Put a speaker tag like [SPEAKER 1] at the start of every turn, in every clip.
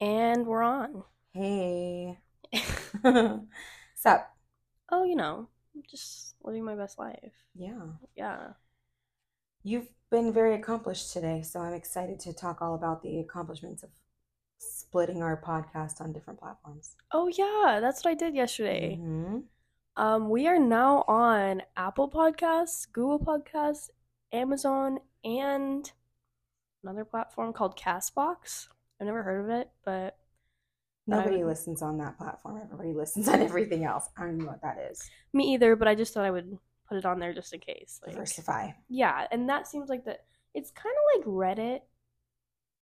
[SPEAKER 1] And we're on.
[SPEAKER 2] Hey. Sup?
[SPEAKER 1] Oh, you know, just living my best life.
[SPEAKER 2] Yeah.
[SPEAKER 1] Yeah.
[SPEAKER 2] You've been very accomplished today, so I'm excited to talk all about the accomplishments of splitting our podcast on different platforms.
[SPEAKER 1] Oh, yeah. That's what I did yesterday.
[SPEAKER 2] Mhm.
[SPEAKER 1] Um, we are now on Apple Podcasts, Google Podcasts, Amazon, and another platform called Castbox. I've never heard of it, but
[SPEAKER 2] Nobody
[SPEAKER 1] I'm-
[SPEAKER 2] listens on that platform. Everybody listens on everything else. I don't even know what that is.
[SPEAKER 1] me either. But I just thought I would put it on there just in case. Like,
[SPEAKER 2] Diversify.
[SPEAKER 1] yeah, and that seems like the it's kind of like Reddit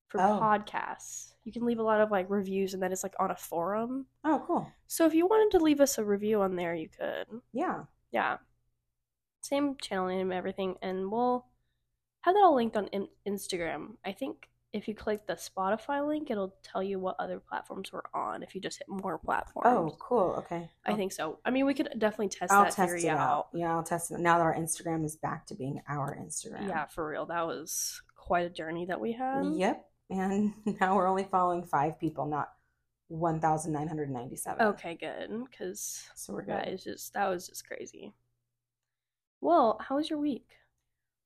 [SPEAKER 1] for
[SPEAKER 2] Oh.
[SPEAKER 1] podcasts. You can leave a lot of like reviews, and then it's like on a forum.
[SPEAKER 2] Oh, cool.
[SPEAKER 1] So if you wanted to leave us a review on there, you could.
[SPEAKER 2] Yeah.
[SPEAKER 1] Yeah. Same channel name, everything, and we'll have that all linked on in- Instagram. I think if you click the Spotify link, it'll tell you what other platforms we're on. If you just hit more platforms,
[SPEAKER 2] Oh, cool. Okay.
[SPEAKER 1] I think so. I mean, we could definitely test
[SPEAKER 2] I'll
[SPEAKER 1] that
[SPEAKER 2] test
[SPEAKER 1] theory
[SPEAKER 2] it out. Yeah, I'll test it now that our Instagram is back to being our Instagram.
[SPEAKER 1] Yeah, for real. That was quite a journey that we had.
[SPEAKER 2] Yep. And now we're only following five people, not 1,997.
[SPEAKER 1] Okay, good. Because
[SPEAKER 2] So we're good.
[SPEAKER 1] that is just that was just crazy. Well, how was your week?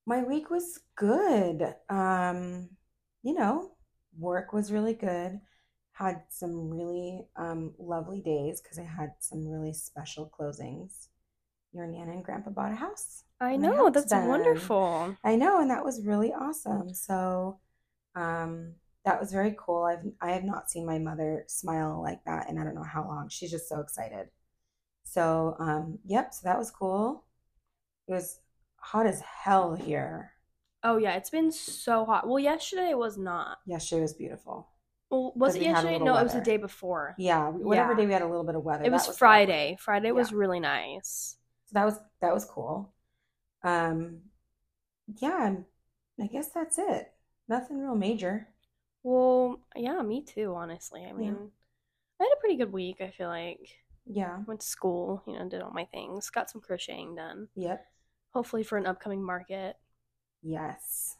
[SPEAKER 2] My week was good. Um, you know, work was really good. Had some really um, lovely days because I had some really special closings. Your Nana and Grandpa bought a house.
[SPEAKER 1] I
[SPEAKER 2] And I
[SPEAKER 1] know
[SPEAKER 2] helped
[SPEAKER 1] that's
[SPEAKER 2] them.
[SPEAKER 1] wonderful.
[SPEAKER 2] I know, and that was really awesome. So, um, that was very cool. I've I have not seen my mother smile like that in I don't know how long. She's just so excited. So, um, yep, so that was cool. It was hot as hell here.
[SPEAKER 1] Oh yeah, it's been so hot. Well, yesterday it was not.
[SPEAKER 2] Yesterday was beautiful.
[SPEAKER 1] Well, was
[SPEAKER 2] 'Cause
[SPEAKER 1] it
[SPEAKER 2] we had a
[SPEAKER 1] yesterday?
[SPEAKER 2] little
[SPEAKER 1] No, it was the
[SPEAKER 2] weather.
[SPEAKER 1] day before.
[SPEAKER 2] Yeah, we- whatever
[SPEAKER 1] Yeah.
[SPEAKER 2] day we had a little bit of weather.
[SPEAKER 1] it
[SPEAKER 2] that
[SPEAKER 1] was
[SPEAKER 2] lovely.
[SPEAKER 1] Friday. Friday was really nice.
[SPEAKER 2] So that was that was cool. Um, yeah, I'm- I guess that's it. Nothing real major.
[SPEAKER 1] Well, yeah, me too. Honestly, I mean, I had a pretty good week. I feel like
[SPEAKER 2] Yeah.
[SPEAKER 1] went to school. You know, did all my things. Got some crocheting done.
[SPEAKER 2] Yep.
[SPEAKER 1] Hopefully for an upcoming market.
[SPEAKER 2] Yes.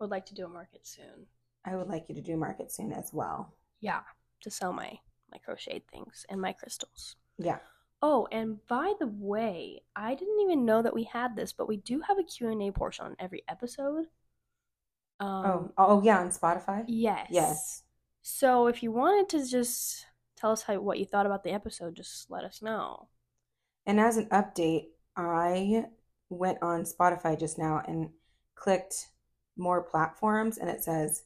[SPEAKER 1] Would like to do a market soon.
[SPEAKER 2] I would like you to do market soon as well.
[SPEAKER 1] Yeah, to sell my my crocheted things and my crystals.
[SPEAKER 2] Yeah.
[SPEAKER 1] Oh, and by the way, I didn't even know that we had this, but we do have a Q&A portion on every episode.
[SPEAKER 2] Oh,
[SPEAKER 1] Um,
[SPEAKER 2] oh yeah, on Spotify?
[SPEAKER 1] yes.
[SPEAKER 2] Yes.
[SPEAKER 1] So if you wanted to just tell us how what you thought about the episode, just let us know.
[SPEAKER 2] And as an update, I went on Spotify just now and clicked more platforms and it says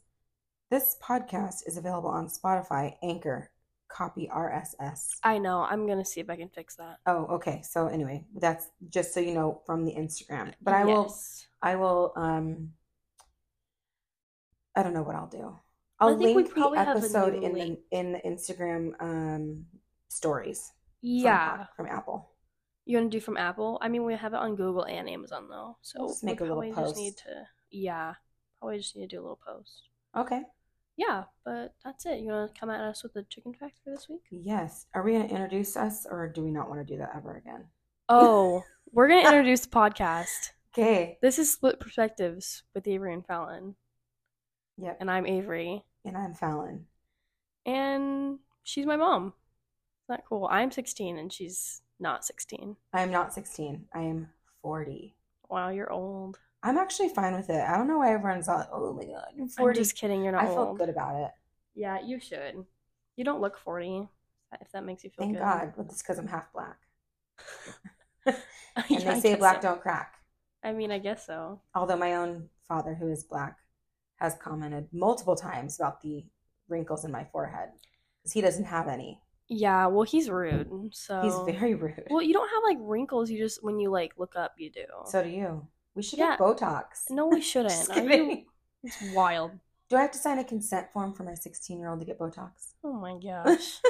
[SPEAKER 2] this podcast is available on Spotify, Anchor, copy RSS.
[SPEAKER 1] I know, I'm going to see if I can fix that.
[SPEAKER 2] Oh, okay. So anyway, that's just so you know from the Instagram. But I will
[SPEAKER 1] Yes.
[SPEAKER 2] I will um I don't know what I'll do.
[SPEAKER 1] I
[SPEAKER 2] I'll
[SPEAKER 1] think we
[SPEAKER 2] link the
[SPEAKER 1] probably have a
[SPEAKER 2] episode
[SPEAKER 1] new
[SPEAKER 2] in the
[SPEAKER 1] link.
[SPEAKER 2] in the Instagram um stories from
[SPEAKER 1] Yeah.
[SPEAKER 2] Pod- from Apple.
[SPEAKER 1] You're gonna do from Apple? I mean, we have it on Google and Amazon though, so
[SPEAKER 2] We'll just make
[SPEAKER 1] we
[SPEAKER 2] a little
[SPEAKER 1] probably just need
[SPEAKER 2] post.
[SPEAKER 1] to, yeah, probably just need to do a little post.
[SPEAKER 2] Okay.
[SPEAKER 1] Yeah, but that's it. You wanna come at us with the chicken fact for this week?
[SPEAKER 2] Yes. Are we going to introduce us or do we not want to do that ever again?
[SPEAKER 1] Oh, we're gonna introduce the podcast.
[SPEAKER 2] Okay.
[SPEAKER 1] This is Split Perspectives with Avery and Fallon,
[SPEAKER 2] Yep.
[SPEAKER 1] and I'm Avery,
[SPEAKER 2] And I'm Fallon.
[SPEAKER 1] and she's my mom. Isn't that cool? I'm 16 and she's not 16.
[SPEAKER 2] I am not 16. I am 40.
[SPEAKER 1] Wow, you're old.
[SPEAKER 2] I'm actually fine with it. I don't know why everyone's all, oh my God, you're 40.
[SPEAKER 1] I'm just kidding. You're not
[SPEAKER 2] I feel
[SPEAKER 1] old.
[SPEAKER 2] good about it.
[SPEAKER 1] Yeah, you should. You don't look 40. If that makes you feel
[SPEAKER 2] Thank
[SPEAKER 1] good.
[SPEAKER 2] God. But it's because I'm half black.
[SPEAKER 1] Yeah,
[SPEAKER 2] And
[SPEAKER 1] I
[SPEAKER 2] they say
[SPEAKER 1] guess
[SPEAKER 2] black
[SPEAKER 1] so.
[SPEAKER 2] don't crack.
[SPEAKER 1] I mean, I guess so.
[SPEAKER 2] Although my own father, who is black, has commented multiple times about the wrinkles in my forehead because he doesn't have any.
[SPEAKER 1] Yeah, well, he's rude. So
[SPEAKER 2] He's very rude.
[SPEAKER 1] Oh. well. You don't have like wrinkles. You just when you like look up, you do.
[SPEAKER 2] So do you. We should
[SPEAKER 1] Yeah.
[SPEAKER 2] get Botox.
[SPEAKER 1] no, we shouldn't.
[SPEAKER 2] Just
[SPEAKER 1] Are you-
[SPEAKER 2] kidding.
[SPEAKER 1] it's wild.
[SPEAKER 2] Do I have to sign a consent form for my 16 year old to get Botox?
[SPEAKER 1] Oh my gosh.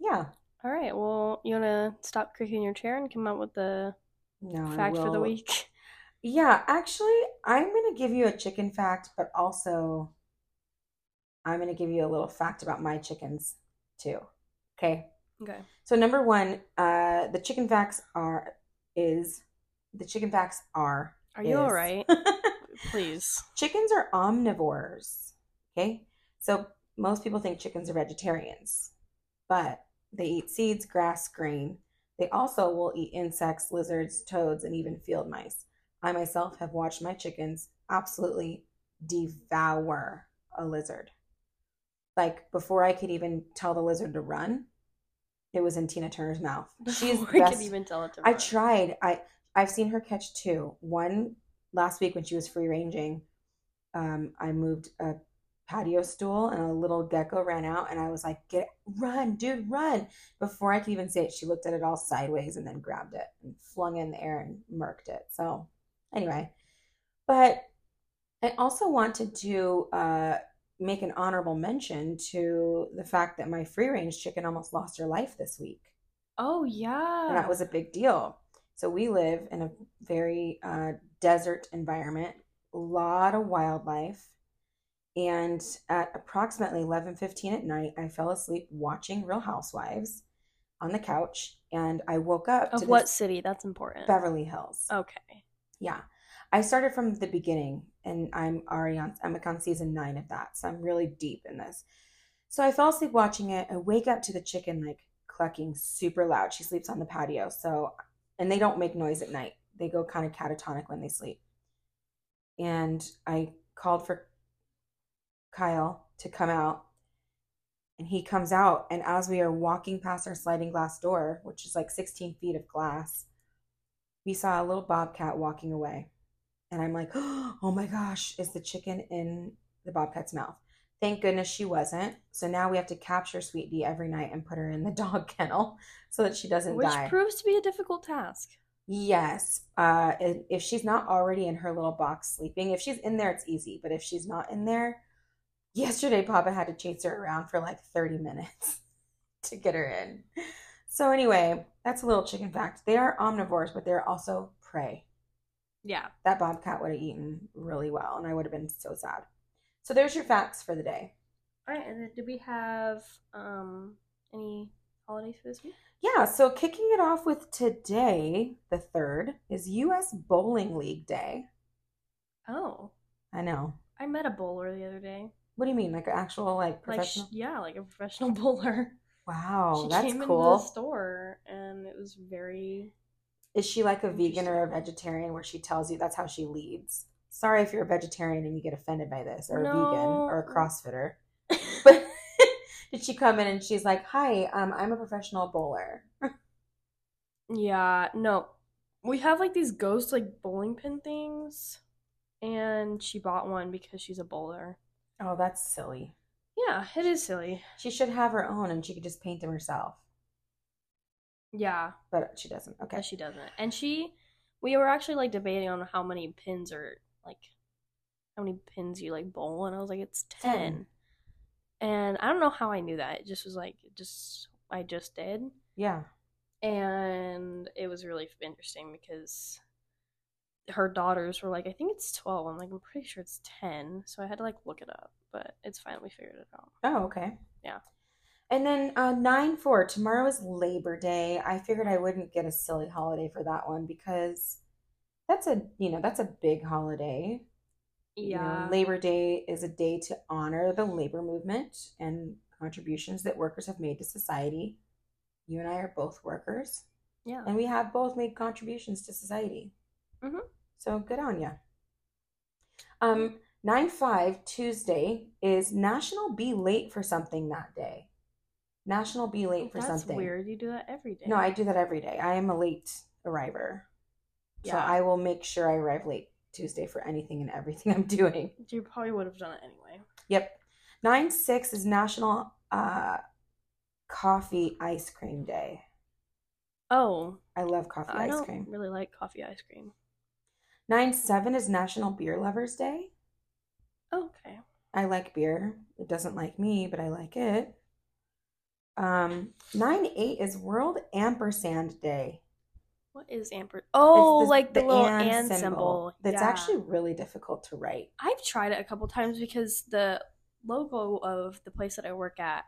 [SPEAKER 2] Yeah.
[SPEAKER 1] All right. Well, you wanna stop creaking your chair and come up with the
[SPEAKER 2] No. I
[SPEAKER 1] fact for the
[SPEAKER 2] will-
[SPEAKER 1] week?
[SPEAKER 2] Yeah, actually, I'm going to give you a chicken fact, but also I'm going to give you a little fact about my chickens too. Okay.
[SPEAKER 1] Okay.
[SPEAKER 2] So number one, uh, the chicken facts are is the chicken facts are
[SPEAKER 1] Are you all
[SPEAKER 2] is-
[SPEAKER 1] right? Please.
[SPEAKER 2] Chickens are omnivores. Okay. So most people think chickens are vegetarians, but they eat seeds, grass, grain. They also will eat insects, lizards, toads, and even field mice. I myself have watched my chickens absolutely devour a lizard. Like before I could even tell the lizard to run, it was in Tina Turner's mouth. She's
[SPEAKER 1] Before I
[SPEAKER 2] best.
[SPEAKER 1] could even tell it to
[SPEAKER 2] I
[SPEAKER 1] run.
[SPEAKER 2] tried. I I've seen her catch two. One last week when she was free ranging. Um, I moved a patio stool and a little gecko ran out and I was like, "Get run, dude, run!" Before I could even say it, she looked at it all sideways and then grabbed it and flung it in the air and murked it. So anyway, but I also want to do uh, make an honorable mention to the fact that my free range chicken almost lost her life this week.
[SPEAKER 1] Oh
[SPEAKER 2] And
[SPEAKER 1] yeah.
[SPEAKER 2] that was a big deal. So we live in a very uh, desert environment, a lot of wildlife. And at approximately 11:15 at night, I fell asleep watching Real Housewives on the couch, and I woke up
[SPEAKER 1] of
[SPEAKER 2] to
[SPEAKER 1] what Oh.
[SPEAKER 2] this
[SPEAKER 1] city? That's important.
[SPEAKER 2] Beverly Hills.
[SPEAKER 1] Okay.
[SPEAKER 2] Yeah. I started from the beginning and I'm already on I'm like on season nine of that. So I'm really deep in this. So I fell asleep watching it. I wake up to the chicken like clucking super loud. She sleeps on the patio. So and they don't make noise at night. They go kind of catatonic when they sleep. And I called for Kyle to come out. And he comes out and as we are walking past our sliding glass door, which is like 16 feet of glass, we saw a little bobcat walking away. And I'm like, oh my gosh, is the chicken in the bobcat's mouth? Thank goodness she wasn't. So now we have to capture Sweet Dee every night and put her in the dog kennel so that she doesn't
[SPEAKER 1] Which
[SPEAKER 2] die.
[SPEAKER 1] proves to be a difficult task.
[SPEAKER 2] yes. Uh, and if she's not already in her little box sleeping, if she's in there, it's easy. But if she's not in there, yesterday Papa had to chase her around for like 30 minutes to get her in. So, anyway, that's a little chicken fact. They are omnivores, but they're also prey
[SPEAKER 1] Yeah.
[SPEAKER 2] that bobcat would have eaten really well, and I would have been so sad. So there's your facts for the day.
[SPEAKER 1] All right, and then do we have um any holidays for this week?
[SPEAKER 2] Yeah, so kicking it off with today, the third, is U.S. Bowling League Day.
[SPEAKER 1] Oh,
[SPEAKER 2] I know.
[SPEAKER 1] I met a bowler the other day.
[SPEAKER 2] What do you mean, like an actual like
[SPEAKER 1] Like sh-
[SPEAKER 2] professional?
[SPEAKER 1] yeah, like a professional bowler.
[SPEAKER 2] wow,
[SPEAKER 1] she
[SPEAKER 2] that's
[SPEAKER 1] came into the
[SPEAKER 2] cool.
[SPEAKER 1] store and it was very
[SPEAKER 2] Is she like a vegan
[SPEAKER 1] Interesting.
[SPEAKER 2] or a vegetarian, where she tells you that's how she leads? Sorry if you're a vegetarian and you get offended by this, or a vegan,
[SPEAKER 1] No.
[SPEAKER 2] or a CrossFitter. But did she come in and she's like, "Hi, um, I'm a professional bowler."
[SPEAKER 1] Yeah, no. We have like these ghost like bowling pin things and she bought one because she's a bowler.
[SPEAKER 2] Oh, that's silly.
[SPEAKER 1] Yeah, it is silly.
[SPEAKER 2] She should have her own and she could just paint them herself.
[SPEAKER 1] Yeah,
[SPEAKER 2] But she doesn't. Okay.
[SPEAKER 1] but she doesn't. And she we were actually like debating on how many pins are like how many pins you like bowl and I was like it's 10.
[SPEAKER 2] Ten.
[SPEAKER 1] And I don't know how I knew that. It just was like it just I just did.
[SPEAKER 2] Yeah.
[SPEAKER 1] and it was really interesting because her daughters were like, I think it's 12. I'm like, I'm pretty sure it's 10. So I had to like look it up, but it's fine. We figured it out.
[SPEAKER 2] Oh, okay.
[SPEAKER 1] Yeah.
[SPEAKER 2] And then uh, 9 4, tomorrow is Labor Day. I figured I wouldn't get a silly holiday for that one because that's a, you know, that's a big holiday. You know,
[SPEAKER 1] Yeah.
[SPEAKER 2] Labor Day is a day to honor the labor movement and contributions that workers have made to society. You and I are both workers,
[SPEAKER 1] yeah.
[SPEAKER 2] and we have both made contributions to society.
[SPEAKER 1] Mhm.
[SPEAKER 2] So good on ya. Um, nine five Tuesday is National Be Late for Something that day. National Be Late for
[SPEAKER 1] Oh, That's
[SPEAKER 2] something.
[SPEAKER 1] weird. You do that every day.
[SPEAKER 2] No, I do that every day. I am a late arriver, so
[SPEAKER 1] Yeah.
[SPEAKER 2] I will make sure I arrive late Tuesday for anything and everything I'm doing.
[SPEAKER 1] You probably would have done it anyway.
[SPEAKER 2] Yep. Nine six is National uh, Coffee Ice Cream Day.
[SPEAKER 1] Oh,
[SPEAKER 2] I love coffee
[SPEAKER 1] I
[SPEAKER 2] ice
[SPEAKER 1] don't
[SPEAKER 2] cream.
[SPEAKER 1] really like coffee ice cream.
[SPEAKER 2] Nine seven is National Beer Lovers Day.
[SPEAKER 1] Oh, okay.
[SPEAKER 2] I like beer. It doesn't like me, but I like it. Um, nine eight is World Ampersand Day.
[SPEAKER 1] What is amper?
[SPEAKER 2] It's
[SPEAKER 1] Oh,
[SPEAKER 2] this-
[SPEAKER 1] like the, little
[SPEAKER 2] and
[SPEAKER 1] and symbol.
[SPEAKER 2] That's
[SPEAKER 1] Yeah.
[SPEAKER 2] actually really difficult to write.
[SPEAKER 1] I've tried it a couple times because the logo of the place that I work at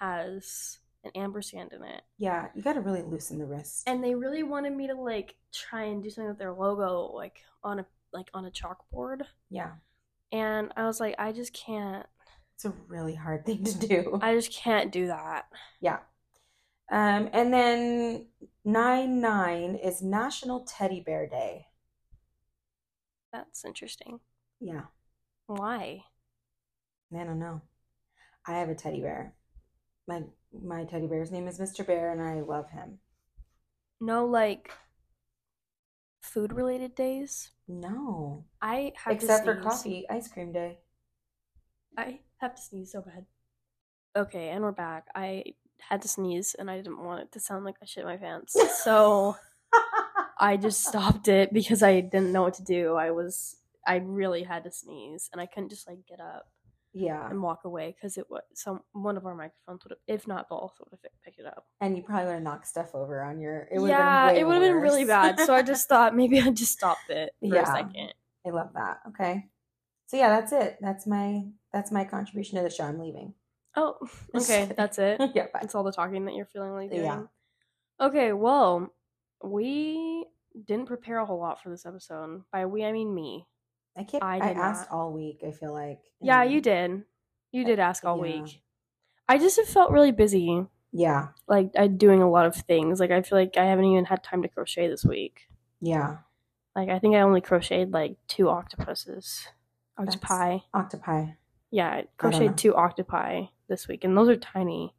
[SPEAKER 1] has an ampersand in it.
[SPEAKER 2] Yeah, you got to really loosen the wrist.
[SPEAKER 1] And they really wanted me to like try and do something with their logo like on a like on a chalkboard.
[SPEAKER 2] yeah,
[SPEAKER 1] And I was like, I just can't
[SPEAKER 2] It's a really hard thing to do.
[SPEAKER 1] I just can't do that.
[SPEAKER 2] Yeah. Um, and then 9 9 is National Teddy Bear Day.
[SPEAKER 1] That's interesting.
[SPEAKER 2] Yeah.
[SPEAKER 1] Why?
[SPEAKER 2] I don't know. I have a teddy bear. My my teddy bear's name is Mr. Bear and I love him.
[SPEAKER 1] No, like food related days.
[SPEAKER 2] No.
[SPEAKER 1] I have to
[SPEAKER 2] Except for
[SPEAKER 1] sneeze.
[SPEAKER 2] coffee ice cream day.
[SPEAKER 1] I have to sneeze so bad. Okay, and we're back. I had to sneeze and I didn't want it to sound like I shit my pants. So I just stopped it because I didn't know what to do. I was I really had to sneeze and I couldn't just like get up
[SPEAKER 2] yeah.
[SPEAKER 1] and walk away because it was some one of our microphones would have, if not both, would have picked it up.
[SPEAKER 2] And you probably would have knocked stuff over on your it would
[SPEAKER 1] yeah,
[SPEAKER 2] have been way
[SPEAKER 1] it would have been
[SPEAKER 2] worse.
[SPEAKER 1] really bad. So I just thought maybe I just stopped it for
[SPEAKER 2] Yeah.
[SPEAKER 1] a second.
[SPEAKER 2] I love that. Okay. So yeah, that's it. That's my that's my contribution to the show. I'm leaving.
[SPEAKER 1] Oh,
[SPEAKER 2] Just
[SPEAKER 1] okay,
[SPEAKER 2] kidding.
[SPEAKER 1] that's it.
[SPEAKER 2] yeah, bye.
[SPEAKER 1] It's all the talking that you're feeling like doing.
[SPEAKER 2] Yeah.
[SPEAKER 1] Okay, well, we didn't prepare a whole lot for this episode. By we, I mean me.
[SPEAKER 2] I can't
[SPEAKER 1] I
[SPEAKER 2] I,
[SPEAKER 1] did
[SPEAKER 2] asked
[SPEAKER 1] not.
[SPEAKER 2] all week, I feel like.
[SPEAKER 1] Yeah,
[SPEAKER 2] and-
[SPEAKER 1] you did. You did ask all
[SPEAKER 2] Mm. Uh, Yeah.
[SPEAKER 1] week. I just have felt really busy,
[SPEAKER 2] Yeah.
[SPEAKER 1] like I doing a lot of things. Like I feel like I haven't even had time to crochet this week.
[SPEAKER 2] Yeah.
[SPEAKER 1] Like I think I only crocheted like two octopuses. Octopi.
[SPEAKER 2] Octopi.
[SPEAKER 1] Yeah, I
[SPEAKER 2] know.
[SPEAKER 1] crocheted two octopi this week, and those are tiny.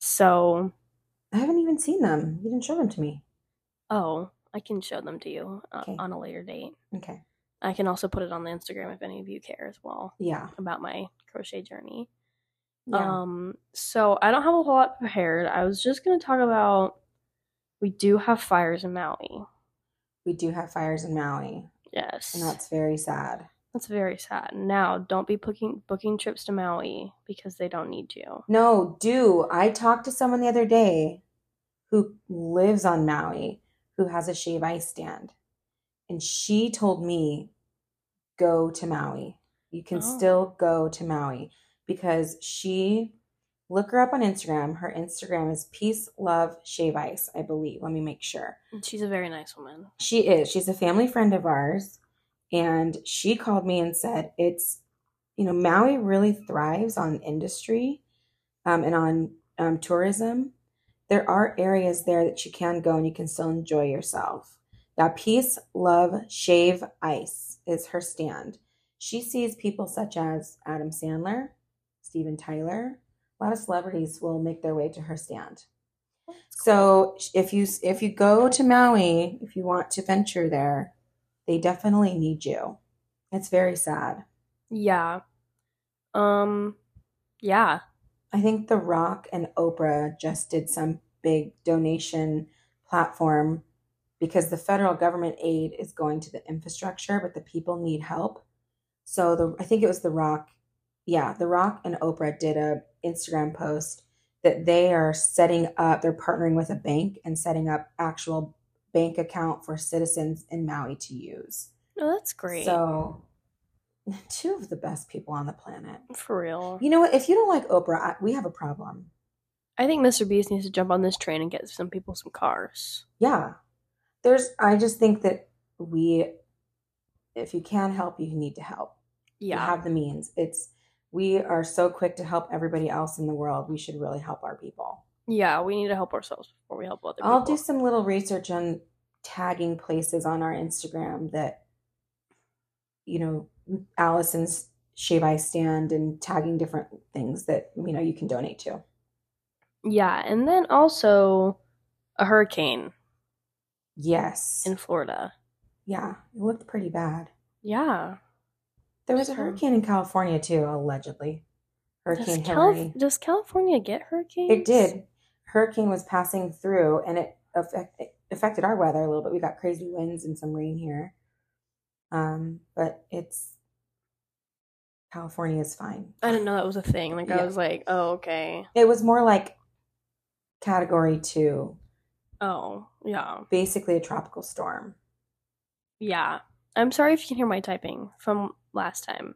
[SPEAKER 1] So,
[SPEAKER 2] I haven't even seen them. You didn't show them to me.
[SPEAKER 1] oh, I can show them to you uh,
[SPEAKER 2] Okay.
[SPEAKER 1] on a later date.
[SPEAKER 2] Okay.
[SPEAKER 1] I can also put it on the Instagram if any of you care as well
[SPEAKER 2] Yeah.
[SPEAKER 1] about my crochet journey.
[SPEAKER 2] Yeah.
[SPEAKER 1] Um, so I don't have a whole lot prepared. I was just gonna talk about we do have fires in Maui.
[SPEAKER 2] we do have fires in Maui,
[SPEAKER 1] Yes,
[SPEAKER 2] and that's very sad.
[SPEAKER 1] that's very sad. Now, don't be booking booking trips to Maui because they don't need you.
[SPEAKER 2] No, do. I talked to someone the other day who lives on Maui who has a shave ice stand. And she told me, go to Maui. You can
[SPEAKER 1] Oh.
[SPEAKER 2] still go to Maui because she, look her up on Instagram. Her Instagram is Peace Love Shave Ice, I believe. Let me make sure.
[SPEAKER 1] She's a very nice woman.
[SPEAKER 2] She is. She's a family friend of ours. And she called me and said, it's, you know, Maui really thrives on industry um, and on um, tourism. There are areas there that you can go and you can still enjoy yourself. Now, Peace, Love, Shave, Ice is her stand. She sees people such as Adam Sandler, Steven Tyler. A lot of celebrities will make their way to her stand. So if you if you go to Maui, if you want to venture there, they definitely need you. It's very sad.
[SPEAKER 1] Yeah. Um. Yeah.
[SPEAKER 2] I think The Rock and Oprah just did some big donation platform because the federal government aid is going to the infrastructure, but the people need help. So the I think it was The Rock, yeah, The Rock and Oprah did a Instagram post that they are setting up, they're partnering with a bank and setting up actual bank account for citizens in Maui to use.
[SPEAKER 1] No, that's great.
[SPEAKER 2] So two of the best people on the planet.
[SPEAKER 1] For real.
[SPEAKER 2] You know what? If you don't like Oprah, I, we have a problem.
[SPEAKER 1] I think Mr. Beast needs to jump on this train and get some people some cars.
[SPEAKER 2] yeah there's i just think that we if you can help you need to help you
[SPEAKER 1] Yeah.
[SPEAKER 2] have the means it's we are so quick to help everybody else in the world we should really help our people
[SPEAKER 1] Yeah, we need to help ourselves before we help other people.
[SPEAKER 2] i'll do some little research on tagging places on our instagram that you know allison's shave i stand and tagging different things that you know you can donate to
[SPEAKER 1] yeah, and then also a hurricane
[SPEAKER 2] yes
[SPEAKER 1] in Florida.
[SPEAKER 2] yeah it looked pretty bad
[SPEAKER 1] Yeah.
[SPEAKER 2] there was a
[SPEAKER 1] So-
[SPEAKER 2] hurricane in california too allegedly hurricane
[SPEAKER 1] Does,
[SPEAKER 2] Hillary.
[SPEAKER 1] Calif- does California get hurricanes?
[SPEAKER 2] It did. Hurricane was passing through, and it, affect, it affected our weather a little bit. We got crazy winds and some rain here, um, but it's California is fine.
[SPEAKER 1] I didn't know that was a thing. Like
[SPEAKER 2] Yeah.
[SPEAKER 1] I was like, oh okay.
[SPEAKER 2] It was more like Category Two,
[SPEAKER 1] Oh yeah,
[SPEAKER 2] basically a tropical storm.
[SPEAKER 1] yeah. I'm sorry if you can hear my typing from last time.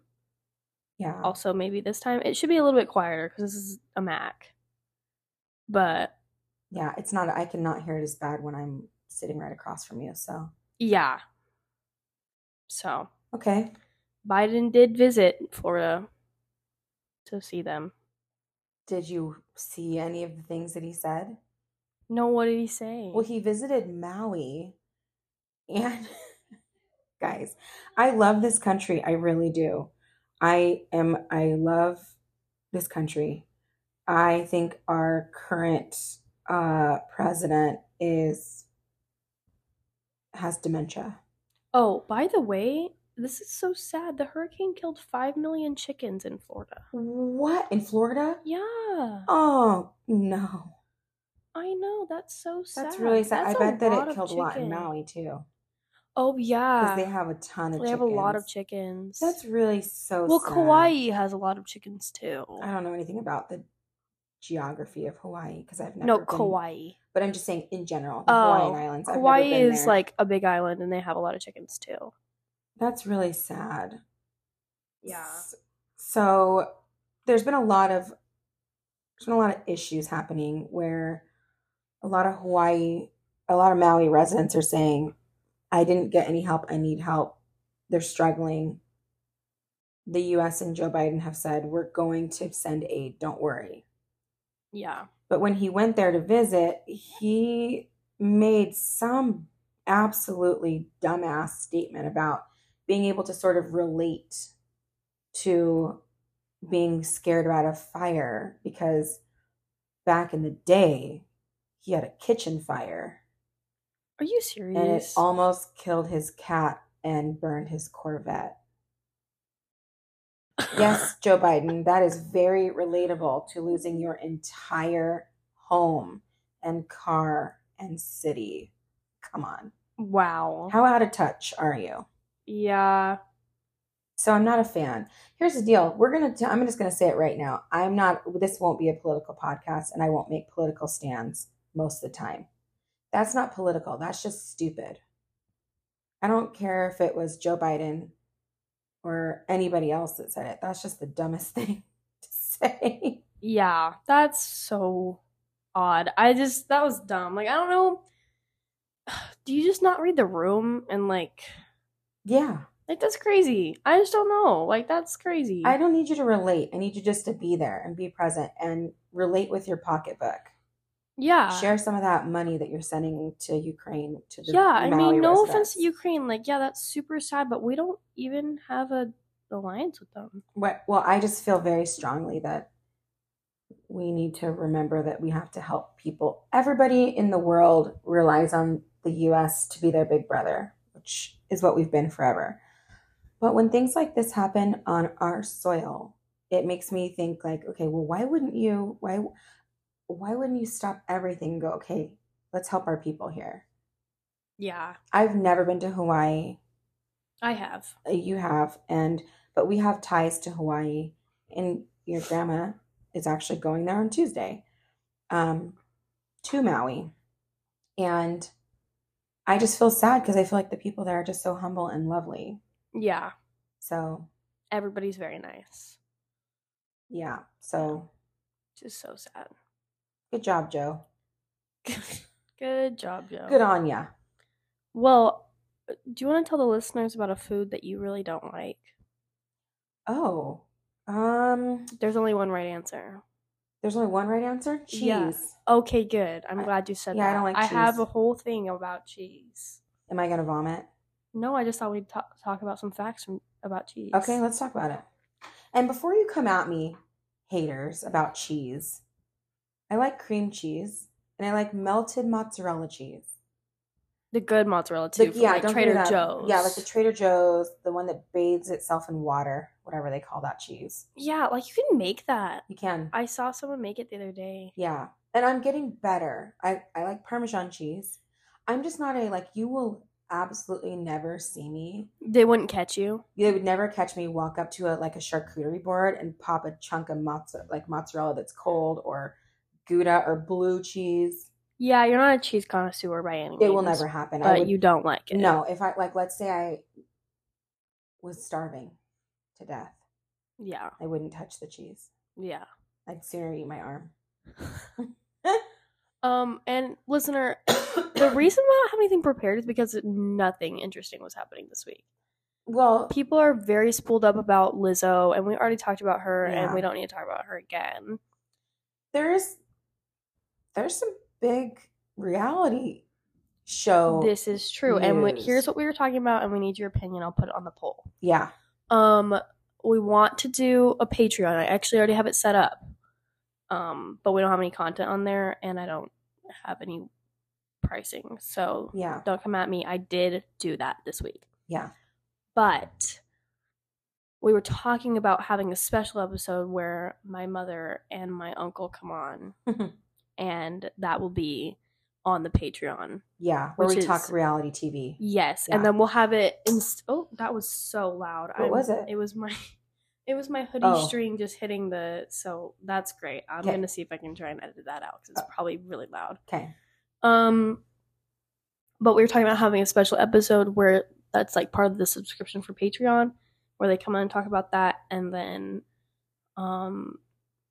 [SPEAKER 2] Yeah,
[SPEAKER 1] also maybe this time it should be a little bit quieter because this is a mac but
[SPEAKER 2] yeah. It's not. I cannot hear it as bad when I'm sitting right across from you. So
[SPEAKER 1] yeah so
[SPEAKER 2] okay,
[SPEAKER 1] biden did visit florida to see them.
[SPEAKER 2] Did you see any of the things that he said?
[SPEAKER 1] No, what did he say?
[SPEAKER 2] Well, he visited Maui. And guys, I love this country. I really do. I am, I love this country. I think our current uh, president is, has dementia.
[SPEAKER 1] oh, by the way, this is so sad. The hurricane killed 5 million chickens in Florida.
[SPEAKER 2] What? In Florida?
[SPEAKER 1] Yeah.
[SPEAKER 2] Oh, no.
[SPEAKER 1] I know. That's so sad.
[SPEAKER 2] That's really sad.
[SPEAKER 1] That's
[SPEAKER 2] I bet that
[SPEAKER 1] lot
[SPEAKER 2] it
[SPEAKER 1] of
[SPEAKER 2] killed a lot in
[SPEAKER 1] chicken.
[SPEAKER 2] Maui, too.
[SPEAKER 1] Oh, yeah.
[SPEAKER 2] Because they have a ton of
[SPEAKER 1] They have a lot of chickens.
[SPEAKER 2] chickens. That's really so
[SPEAKER 1] well,
[SPEAKER 2] sad.
[SPEAKER 1] Kauai has a lot of chickens too.
[SPEAKER 2] I don't know anything about the geography of Hawaii because I've never
[SPEAKER 1] No,
[SPEAKER 2] been,
[SPEAKER 1] Kauai.
[SPEAKER 2] But I'm just saying in general, the
[SPEAKER 1] Oh,
[SPEAKER 2] Hawaiian Islands. I've never
[SPEAKER 1] Kauai
[SPEAKER 2] been
[SPEAKER 1] is
[SPEAKER 2] there.
[SPEAKER 1] like a big island, and they have a lot of chickens too.
[SPEAKER 2] that's really sad. S- So there's been a lot of there's been a lot of issues happening where a lot of Hawaii, a lot of Maui residents are saying, "I didn't get any help. I need help." They're struggling. The U.S. and Joe Biden have said, "We're going to send aid. Don't worry."
[SPEAKER 1] yeah.
[SPEAKER 2] But when he went there to visit, he made some absolutely dumbass statement about being able to sort of relate to being scared about a fire because back in the day, he had a kitchen fire
[SPEAKER 1] Are you
[SPEAKER 2] and it
[SPEAKER 1] serious?
[SPEAKER 2] almost killed his cat and burned his Corvette. Yes, Joe Biden, that is very relatable to losing your entire home and car and city. Come on.
[SPEAKER 1] wow.
[SPEAKER 2] How out of touch are you?
[SPEAKER 1] yeah.
[SPEAKER 2] So I'm not a fan. Here's the deal. We're going to I'm just going to say it right now. I'm not this won't be a political podcast and I won't make political stands most of the time. That's not political. That's just stupid. I don't care if it was Joe Biden or anybody else that said it. That's just the dumbest thing to say.
[SPEAKER 1] Yeah. That's so odd. I just that was dumb. Like I don't know. Do you just not read the room and like
[SPEAKER 2] Yeah.
[SPEAKER 1] like that's crazy? I just don't know. Like that's crazy.
[SPEAKER 2] I don't need you to relate. I need you just to be there and be present and relate with your pocketbook.
[SPEAKER 1] yeah.
[SPEAKER 2] Share some of that money that you're sending to Ukraine to the
[SPEAKER 1] yeah, I
[SPEAKER 2] Maui
[SPEAKER 1] mean, no offense
[SPEAKER 2] residents.
[SPEAKER 1] to Ukraine. Like, yeah, that's super sad, but we don't even have a alliance with them.
[SPEAKER 2] What, well, I just feel very strongly that we need to remember that we have to help people. Everybody in the world relies on the U.S. to be their big brother, which is what we've been forever. But when things like this happen on our soil, it makes me think like, okay, well, why wouldn't you? Why, why wouldn't you stop everything? And go, okay, let's help our people here.
[SPEAKER 1] Yeah,
[SPEAKER 2] I've never been to Hawaii.
[SPEAKER 1] I have.
[SPEAKER 2] Uh, you have and but we have ties to hawaii and your grandma is actually going there on tuesday um to maui and i just feel sad because i feel like the people there are just so humble and lovely
[SPEAKER 1] Yeah,
[SPEAKER 2] so
[SPEAKER 1] everybody's very nice.
[SPEAKER 2] yeah so
[SPEAKER 1] Just so sad.
[SPEAKER 2] good job joe
[SPEAKER 1] Good job, Joe.
[SPEAKER 2] good on ya
[SPEAKER 1] Well, do you want to tell the listeners about a food that you really don't like?
[SPEAKER 2] oh um
[SPEAKER 1] There's only one right answer.
[SPEAKER 2] there's only one right answer cheese
[SPEAKER 1] Yeah. Okay, good. I'm
[SPEAKER 2] I-
[SPEAKER 1] glad you said
[SPEAKER 2] yeah,
[SPEAKER 1] that.
[SPEAKER 2] I don't like
[SPEAKER 1] I have
[SPEAKER 2] cheese.
[SPEAKER 1] a whole thing about cheese.
[SPEAKER 2] am i gonna vomit
[SPEAKER 1] No, I just thought we'd talk, talk about some facts from, about cheese.
[SPEAKER 2] Okay, let's talk about it. And before you come at me, haters, about cheese, I like cream cheese and I like melted mozzarella cheese.
[SPEAKER 1] The good mozzarella too,
[SPEAKER 2] Like,
[SPEAKER 1] from, like
[SPEAKER 2] don't
[SPEAKER 1] Trader
[SPEAKER 2] give me that-
[SPEAKER 1] Joe's.
[SPEAKER 2] Yeah, like the Trader Joe's, the one that bathes itself in water, whatever they call that cheese.
[SPEAKER 1] Yeah, like you can make that.
[SPEAKER 2] You can.
[SPEAKER 1] I saw someone make it the other day.
[SPEAKER 2] Yeah. And I'm getting better. I, I like Parmesan cheese. I'm just not a, like, you will absolutely never see me
[SPEAKER 1] They wouldn't catch you.
[SPEAKER 2] they would never catch me walk up to a like a charcuterie board and pop a chunk of mozza, like mozzarella that's cold or gouda or blue cheese.
[SPEAKER 1] Yeah, you're not a cheese connoisseur by any means.
[SPEAKER 2] It will never happen. I
[SPEAKER 1] But
[SPEAKER 2] would,
[SPEAKER 1] you don't like it.
[SPEAKER 2] no. If I like, let's say I was starving to death,
[SPEAKER 1] Yeah.
[SPEAKER 2] I wouldn't touch the cheese.
[SPEAKER 1] Yeah.
[SPEAKER 2] I'd sooner eat my arm.
[SPEAKER 1] Um, and listener, the reason we don't have anything prepared is because nothing interesting was happening this week.
[SPEAKER 2] Well,
[SPEAKER 1] People are very spooled up about Lizzo, and we already talked about her,
[SPEAKER 2] Yeah.
[SPEAKER 1] and we don't need to talk about her again.
[SPEAKER 2] there's there's some big reality show.
[SPEAKER 1] this is true, and we,
[SPEAKER 2] Oh, news.
[SPEAKER 1] here's what we were talking about, and we need your opinion. I'll put it on the poll.
[SPEAKER 2] yeah.
[SPEAKER 1] Um, we want to do a Patreon. I actually already have it set up. Um, but we don't have any content on there, and I don't have any pricing. So
[SPEAKER 2] Yeah.
[SPEAKER 1] don't come at me. I did do that this week.
[SPEAKER 2] Yeah.
[SPEAKER 1] But we were talking about having a special episode where my mother and my uncle come on, and that will be on the Patreon.
[SPEAKER 2] Yeah. Where
[SPEAKER 1] Which
[SPEAKER 2] we talk
[SPEAKER 1] is-
[SPEAKER 2] reality TV.
[SPEAKER 1] Yes,
[SPEAKER 2] Yeah.
[SPEAKER 1] and then we'll have it. In oh, that was so loud.
[SPEAKER 2] What was it?
[SPEAKER 1] It was my, it was my hoodie
[SPEAKER 2] Oh.
[SPEAKER 1] string just hitting the. So that's great. I'm
[SPEAKER 2] Okay. Uh,
[SPEAKER 1] gonna see if I can try and edit that out because it's probably really loud.
[SPEAKER 2] Okay.
[SPEAKER 1] Um, but we were talking about having a special episode where that's like part of the subscription for Patreon, where they come on and talk about that, and then, um,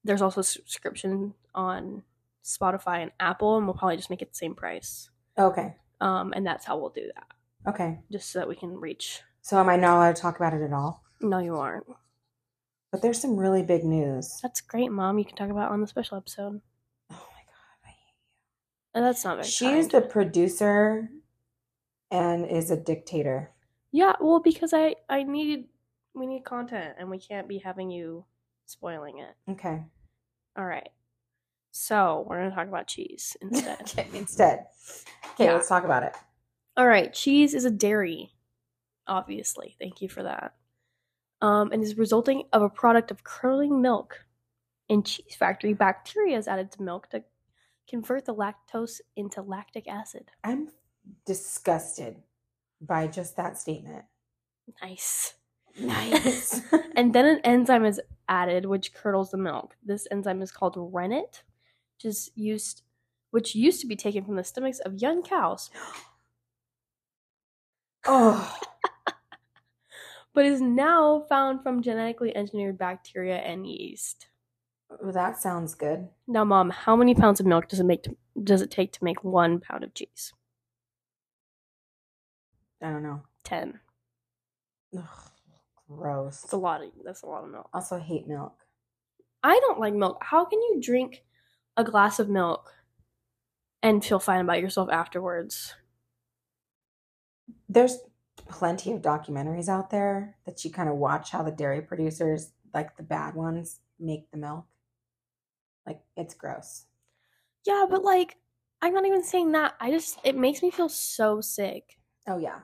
[SPEAKER 1] there's also a subscription on Spotify and Apple, and we'll probably just make it the same price.
[SPEAKER 2] Okay.
[SPEAKER 1] Um, and that's how we'll do that,
[SPEAKER 2] Okay.
[SPEAKER 1] just so that we can reach.
[SPEAKER 2] So am I not allowed to talk about it at all?
[SPEAKER 1] No, you aren't.
[SPEAKER 2] But there's some really big news.
[SPEAKER 1] That's great, mom. You can talk about it on the special episode.
[SPEAKER 2] Oh my god, I hate
[SPEAKER 1] And that's not very.
[SPEAKER 2] She is
[SPEAKER 1] kind.
[SPEAKER 2] the producer and is a dictator.
[SPEAKER 1] Yeah, well, because I I needed we need content, and we can't be having you spoiling it.
[SPEAKER 2] Okay.
[SPEAKER 1] All right. So we're gonna talk about cheese instead.
[SPEAKER 2] Okay, Instead. Okay,
[SPEAKER 1] Yeah.
[SPEAKER 2] let's talk about it.
[SPEAKER 1] All right, cheese is a dairy, obviously. Thank you for that. Um, and is resulting of a product of curdling milk in cheese factory bacteria is added to milk to convert the lactose into lactic acid.
[SPEAKER 2] I'm disgusted by just that statement.
[SPEAKER 1] Nice.
[SPEAKER 2] Nice.
[SPEAKER 1] And then an enzyme is added which curdles the milk. This enzyme is called rennet, which is used which used to be taken from the stomachs of young cows,
[SPEAKER 2] oh,
[SPEAKER 1] but is now found from genetically engineered bacteria and yeast.
[SPEAKER 2] well, that sounds good.
[SPEAKER 1] Now, mom, how many pounds of milk does it make? To, does it take to make one pound of cheese?
[SPEAKER 2] I don't know.
[SPEAKER 1] Ten.
[SPEAKER 2] Ugh, gross.
[SPEAKER 1] That's a lot. Of, that's a lot of milk.
[SPEAKER 2] also hate milk.
[SPEAKER 1] I don't like milk. How can you drink a glass of milk and feel fine about yourself afterwards?
[SPEAKER 2] There's plenty of documentaries out there that you kind of watch how the dairy producers, like the bad ones, make the milk. Like it's gross.
[SPEAKER 1] Yeah, but like, I'm not even saying that. I just it makes me feel so sick
[SPEAKER 2] Oh yeah.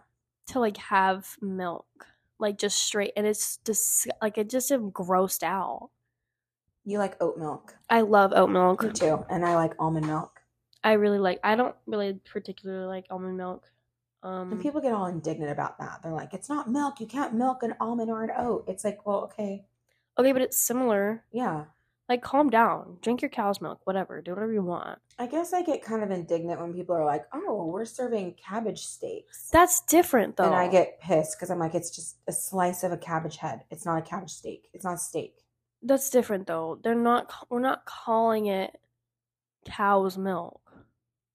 [SPEAKER 1] to like have milk, like just straight, and it's just like I just am grossed out.
[SPEAKER 2] You like oat milk.
[SPEAKER 1] I love oat milk.
[SPEAKER 2] Me too. And I like almond milk.
[SPEAKER 1] I really like. I don't really particularly like almond milk. Um,
[SPEAKER 2] And people get all indignant about that. They're like, it's not milk. You can't milk an almond or an oat. It's like, well, okay.
[SPEAKER 1] okay, but it's similar.
[SPEAKER 2] Yeah.
[SPEAKER 1] Like, calm down. Drink your cow's milk. Whatever. Do whatever you want.
[SPEAKER 2] I guess I get kind of indignant when people are like, oh, we're serving cabbage steaks.
[SPEAKER 1] That's different, though.
[SPEAKER 2] and I get pissed because I'm like, it's just a slice of a cabbage head. It's not a cabbage steak. It's not a steak.
[SPEAKER 1] that's different, though. They're not. ca- We're not calling it cow's milk.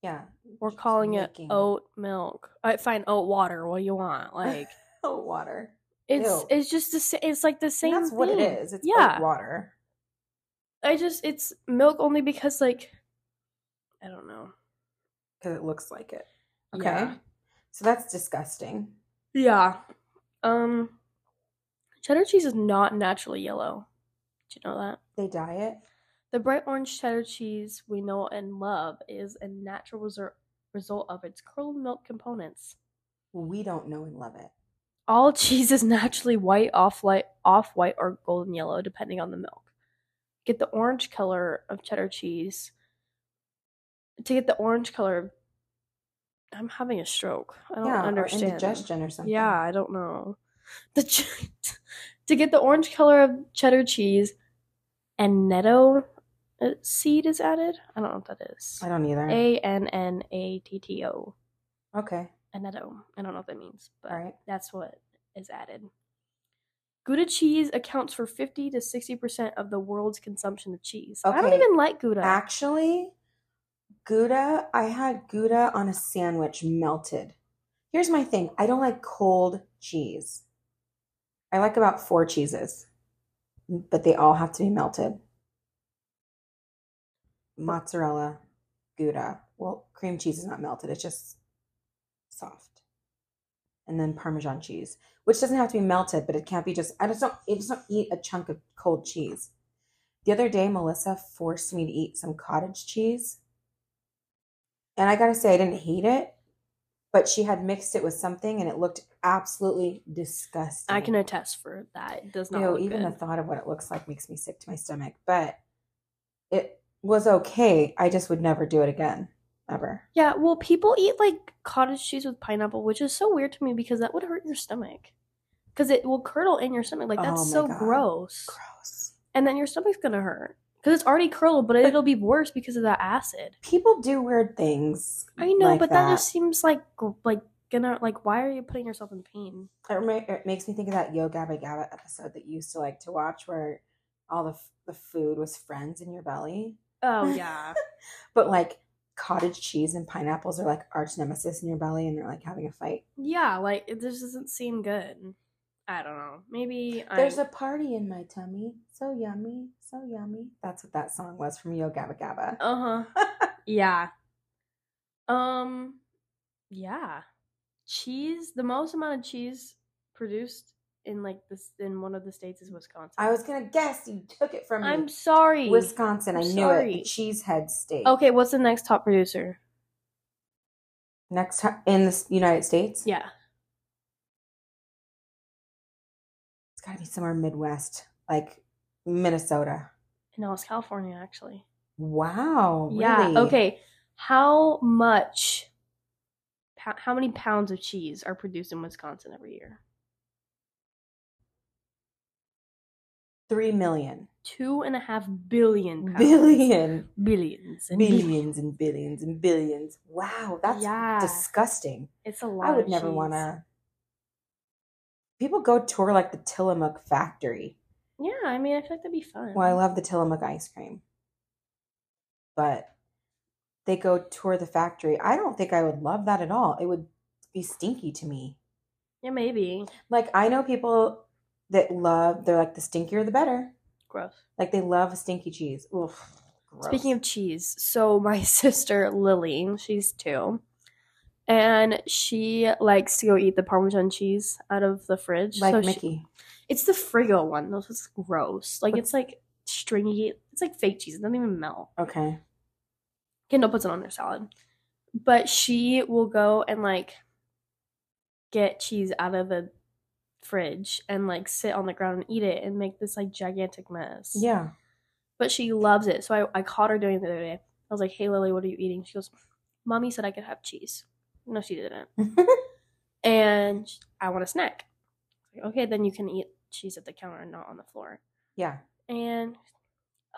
[SPEAKER 2] Yeah.
[SPEAKER 1] We're
[SPEAKER 2] Just
[SPEAKER 1] calling
[SPEAKER 2] making
[SPEAKER 1] it oat milk. I find oat water. What do you want? Like,
[SPEAKER 2] oat water.
[SPEAKER 1] it's
[SPEAKER 2] Ew.
[SPEAKER 1] it's just the sa- it's like the
[SPEAKER 2] And
[SPEAKER 1] same.
[SPEAKER 2] that's what it
[SPEAKER 1] thing.
[SPEAKER 2] is. It's
[SPEAKER 1] yeah.
[SPEAKER 2] oat water.
[SPEAKER 1] I just it's milk only because like I don't know.
[SPEAKER 2] Because it looks like it. Okay.
[SPEAKER 1] Yeah.
[SPEAKER 2] So that's disgusting.
[SPEAKER 1] Yeah. Um cheddar cheese is not naturally yellow. Did you know that?
[SPEAKER 2] They dye it.
[SPEAKER 1] The bright orange cheddar cheese we know and love is a natural reser- result of its curdled milk components.
[SPEAKER 2] We don't know and love it.
[SPEAKER 1] All cheese is naturally white, off light, off white, or golden yellow, depending on the milk. Get the orange color of cheddar cheese. To get the orange color, of- I'm having a stroke. I don't
[SPEAKER 2] yeah.
[SPEAKER 1] understand.
[SPEAKER 2] Or indigestion or something.
[SPEAKER 1] Yeah, I don't know. The ch- to get the orange color of cheddar cheese, and netto uh, seed is added. I don't know what that is.
[SPEAKER 2] I don't either.
[SPEAKER 1] A N N A T T O.
[SPEAKER 2] okay.
[SPEAKER 1] Anetto. I don't know what that means, but
[SPEAKER 2] All right.
[SPEAKER 1] that's what is added. Gouda cheese accounts for 50 to 60% of the world's consumption of cheese. I don't
[SPEAKER 2] Okay.
[SPEAKER 1] even like Gouda.
[SPEAKER 2] Actually, Gouda, I had Gouda on a sandwich melted. Here's my thing I don't like cold cheese. I like about four cheeses, but they all have to be melted. Mozzarella, Gouda. Well, cream cheese is not melted, it's just soft. And then Parmesan cheese, which doesn't have to be melted, but it can't be just, I just don't, I just don't eat a chunk of cold cheese. The other day, Melissa forced me to eat some cottage cheese. And I gotta say, I didn't hate it, but she had mixed it with something and it looked absolutely disgusting.
[SPEAKER 1] I can attest for that. It does
[SPEAKER 2] You
[SPEAKER 1] not
[SPEAKER 2] know,
[SPEAKER 1] look
[SPEAKER 2] even
[SPEAKER 1] good.
[SPEAKER 2] the thought of what it looks like makes me sick to my stomach, but it was okay. I just would never do it again, ever.
[SPEAKER 1] yeah, well, people eat like cottage cheese with pineapple, which is so weird to me because that would hurt your stomach. Because it will curdle in your stomach. Like, that's
[SPEAKER 2] Oh my
[SPEAKER 1] so
[SPEAKER 2] God.
[SPEAKER 1] gross.
[SPEAKER 2] Gross.
[SPEAKER 1] And then your stomach's gonna hurt. Because it's already curdled, but it'll be worse because of that acid.
[SPEAKER 2] People do weird things.
[SPEAKER 1] I know,
[SPEAKER 2] like
[SPEAKER 1] but that. just seems like, gr- like, gonna, like, why are you putting yourself in pain?
[SPEAKER 2] It, remi- it makes me think of that Yo Gabba Gabba episode that you used to like to watch, where all the f- the food was friends in your belly.
[SPEAKER 1] Oh, yeah.
[SPEAKER 2] But like cottage cheese and pineapples are like arch nemesis in your belly, and they're like having a fight.
[SPEAKER 1] yeah, like, it just doesn't seem good. I don't know. Maybe I'm-
[SPEAKER 2] There's a party in my tummy, so yummy, so yummy. That's what that song was from Yo Gabba Gabba.
[SPEAKER 1] Uh huh. yeah. Um. Yeah. Cheese. The most amount of cheese produced in like this in one of the states is Wisconsin.
[SPEAKER 2] I was gonna guess you took it from me.
[SPEAKER 1] I'm sorry.
[SPEAKER 2] Wisconsin. i
[SPEAKER 1] I'm
[SPEAKER 2] knew it.
[SPEAKER 1] sorry.
[SPEAKER 2] The Cheesehead State.
[SPEAKER 1] okay. What's the next top producer?
[SPEAKER 2] Next time in the s- United States,
[SPEAKER 1] Yeah.
[SPEAKER 2] it's gotta be somewhere Midwest, like Minnesota.
[SPEAKER 1] No, it's California actually.
[SPEAKER 2] Wow. Oh, really?
[SPEAKER 1] Yeah. Okay. How much? pou- How many pounds of cheese are produced in Wisconsin every year?
[SPEAKER 2] Three million.
[SPEAKER 1] Two and a half billion pounds.
[SPEAKER 2] Billion.
[SPEAKER 1] Billions. and
[SPEAKER 2] Billions and billions and billions. Wow, that's
[SPEAKER 1] Yeah.
[SPEAKER 2] disgusting.
[SPEAKER 1] It's a lot.
[SPEAKER 2] I would
[SPEAKER 1] of
[SPEAKER 2] never
[SPEAKER 1] cheese.
[SPEAKER 2] want to. People go tour like the Tillamook factory.
[SPEAKER 1] Yeah, I mean, I feel like that'd be fun.
[SPEAKER 2] Well, I love the Tillamook ice cream, but they go tour the factory. I don't think I would love that at all. It would be stinky to me.
[SPEAKER 1] Yeah, maybe.
[SPEAKER 2] Like I know people that love. They're like the stinkier the better.
[SPEAKER 1] Gross.
[SPEAKER 2] Like they love stinky cheese. Oof. Gross.
[SPEAKER 1] Speaking of cheese, so my sister Lily, she's two, and she likes to go eat the Parmesan cheese out of the fridge.
[SPEAKER 2] like
[SPEAKER 1] so she-
[SPEAKER 2] Mickey.
[SPEAKER 1] it's the Frigo one. Those is gross. Like it's like stringy. It's like fake cheese. It doesn't even melt.
[SPEAKER 2] Okay.
[SPEAKER 1] Kendall puts it on their salad, but she will go and like get cheese out of the fridge and like sit on the ground and eat it and make this like gigantic mess.
[SPEAKER 2] Yeah.
[SPEAKER 1] but she loves it. So I, I caught her doing it the other day. I was like, hey, Lily, what are you eating? She goes, Mommy said I could have cheese. No, she didn't. And she- I want a snack. I was like, okay, then you can eat cheese at the counter and not on the floor.
[SPEAKER 2] yeah.
[SPEAKER 1] And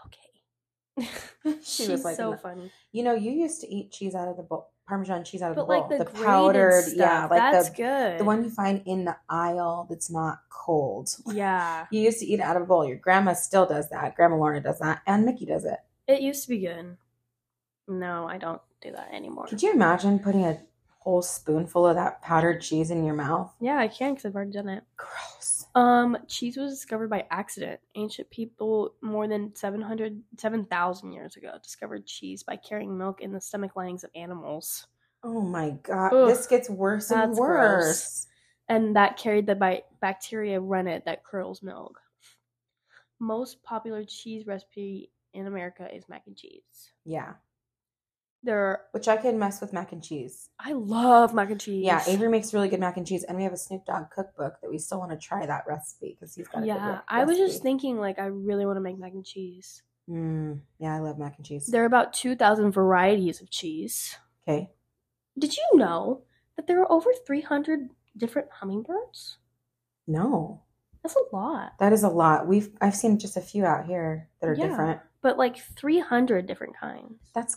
[SPEAKER 1] okay.
[SPEAKER 2] She was like,
[SPEAKER 1] so
[SPEAKER 2] "No."
[SPEAKER 1] funny.
[SPEAKER 2] You know, you used to eat cheese out of the bowl, Parmesan cheese out of
[SPEAKER 1] But
[SPEAKER 2] the bowl,
[SPEAKER 1] like the,
[SPEAKER 2] the
[SPEAKER 1] grated
[SPEAKER 2] powdered,
[SPEAKER 1] stuff,
[SPEAKER 2] yeah, like
[SPEAKER 1] that's
[SPEAKER 2] the
[SPEAKER 1] good.
[SPEAKER 2] the one you find in the aisle that's not cold.
[SPEAKER 1] yeah,
[SPEAKER 2] You used to eat it out of a bowl. Your grandma still does that. Grandma Lorna does that, and Mickey does it.
[SPEAKER 1] it used to be good. No, I don't do that anymore.
[SPEAKER 2] Could you imagine putting a whole spoonful of that powdered cheese in your mouth?
[SPEAKER 1] Yeah, I can because I've already done it.
[SPEAKER 2] Gross.
[SPEAKER 1] Um, cheese was discovered by accident. Ancient people more than 700, 7,000 years ago discovered cheese by carrying milk in the stomach linings of animals.
[SPEAKER 2] Oh my god,
[SPEAKER 1] Ugh,
[SPEAKER 2] this gets worse and
[SPEAKER 1] that's
[SPEAKER 2] worse.
[SPEAKER 1] gross. And that carried the bi- bacteria rennet that curdles milk. Most popular cheese recipe in America is mac and cheese.
[SPEAKER 2] Yeah,
[SPEAKER 1] There are,
[SPEAKER 2] which I could mess with mac and cheese.
[SPEAKER 1] I love mac and cheese.
[SPEAKER 2] Yeah, Avery makes really good mac and cheese, and we have a Snoop Dogg cookbook that we still want to try that recipe because he's got. A good
[SPEAKER 1] Yeah,
[SPEAKER 2] re-
[SPEAKER 1] I was
[SPEAKER 2] recipe.
[SPEAKER 1] just thinking like I really want to make mac and cheese.
[SPEAKER 2] Mm, yeah, I love mac and cheese.
[SPEAKER 1] There are about 2,000 varieties of cheese.
[SPEAKER 2] okay.
[SPEAKER 1] Did you know that there are over 300 different hummingbirds?
[SPEAKER 2] No,
[SPEAKER 1] That's a lot.
[SPEAKER 2] that is a lot. We've I've seen just a few out here that are
[SPEAKER 1] Yeah.
[SPEAKER 2] different.
[SPEAKER 1] But like 300 different kinds.
[SPEAKER 2] That's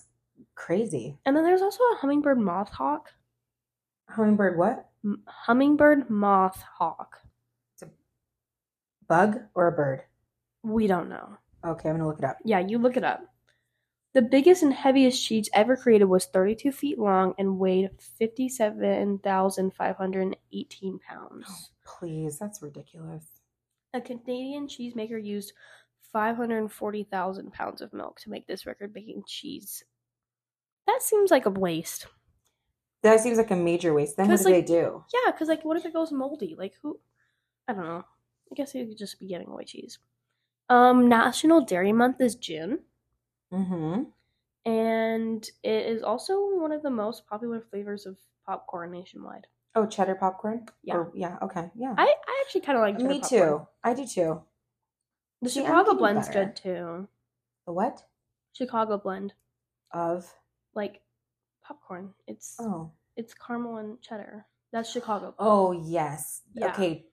[SPEAKER 2] crazy.
[SPEAKER 1] And then there's also a hummingbird moth hawk.
[SPEAKER 2] Hummingbird, what
[SPEAKER 1] M- hummingbird moth hawk.
[SPEAKER 2] bug or a bird?
[SPEAKER 1] We don't know.
[SPEAKER 2] Okay, I'm gonna look it up.
[SPEAKER 1] Yeah, you look it up. The biggest and heaviest cheese ever created was 32 feet long and weighed 57,518 pounds.
[SPEAKER 2] Please, that's ridiculous.
[SPEAKER 1] A Canadian cheesemaker used 540,000 pounds of milk to make this record making cheese. That seems like a waste.
[SPEAKER 2] That seems like a major waste. Then what
[SPEAKER 1] 'Cause,
[SPEAKER 2] do they
[SPEAKER 1] like-
[SPEAKER 2] do?
[SPEAKER 1] Yeah, because, like, what if it goes moldy? Like, who? I don't know. I guess you could just be getting away cheese. Um, National Dairy Month is June,
[SPEAKER 2] Mm-hmm.
[SPEAKER 1] and it is also one of the most popular flavors of popcorn nationwide.
[SPEAKER 2] Oh, cheddar popcorn.
[SPEAKER 1] Yeah.
[SPEAKER 2] Or- yeah. Okay. Yeah.
[SPEAKER 1] I, I actually kind of like cheddar
[SPEAKER 2] Me
[SPEAKER 1] popcorn.
[SPEAKER 2] too. I do too.
[SPEAKER 1] The
[SPEAKER 2] See, I'm
[SPEAKER 1] Chicago
[SPEAKER 2] getting
[SPEAKER 1] blend's
[SPEAKER 2] better.
[SPEAKER 1] good too.
[SPEAKER 2] The what
[SPEAKER 1] Chicago blend,
[SPEAKER 2] of?
[SPEAKER 1] like popcorn. It's
[SPEAKER 2] Oh.
[SPEAKER 1] it's caramel and cheddar. That's Chicago.
[SPEAKER 2] Oh yes.
[SPEAKER 1] Yeah.
[SPEAKER 2] Okay.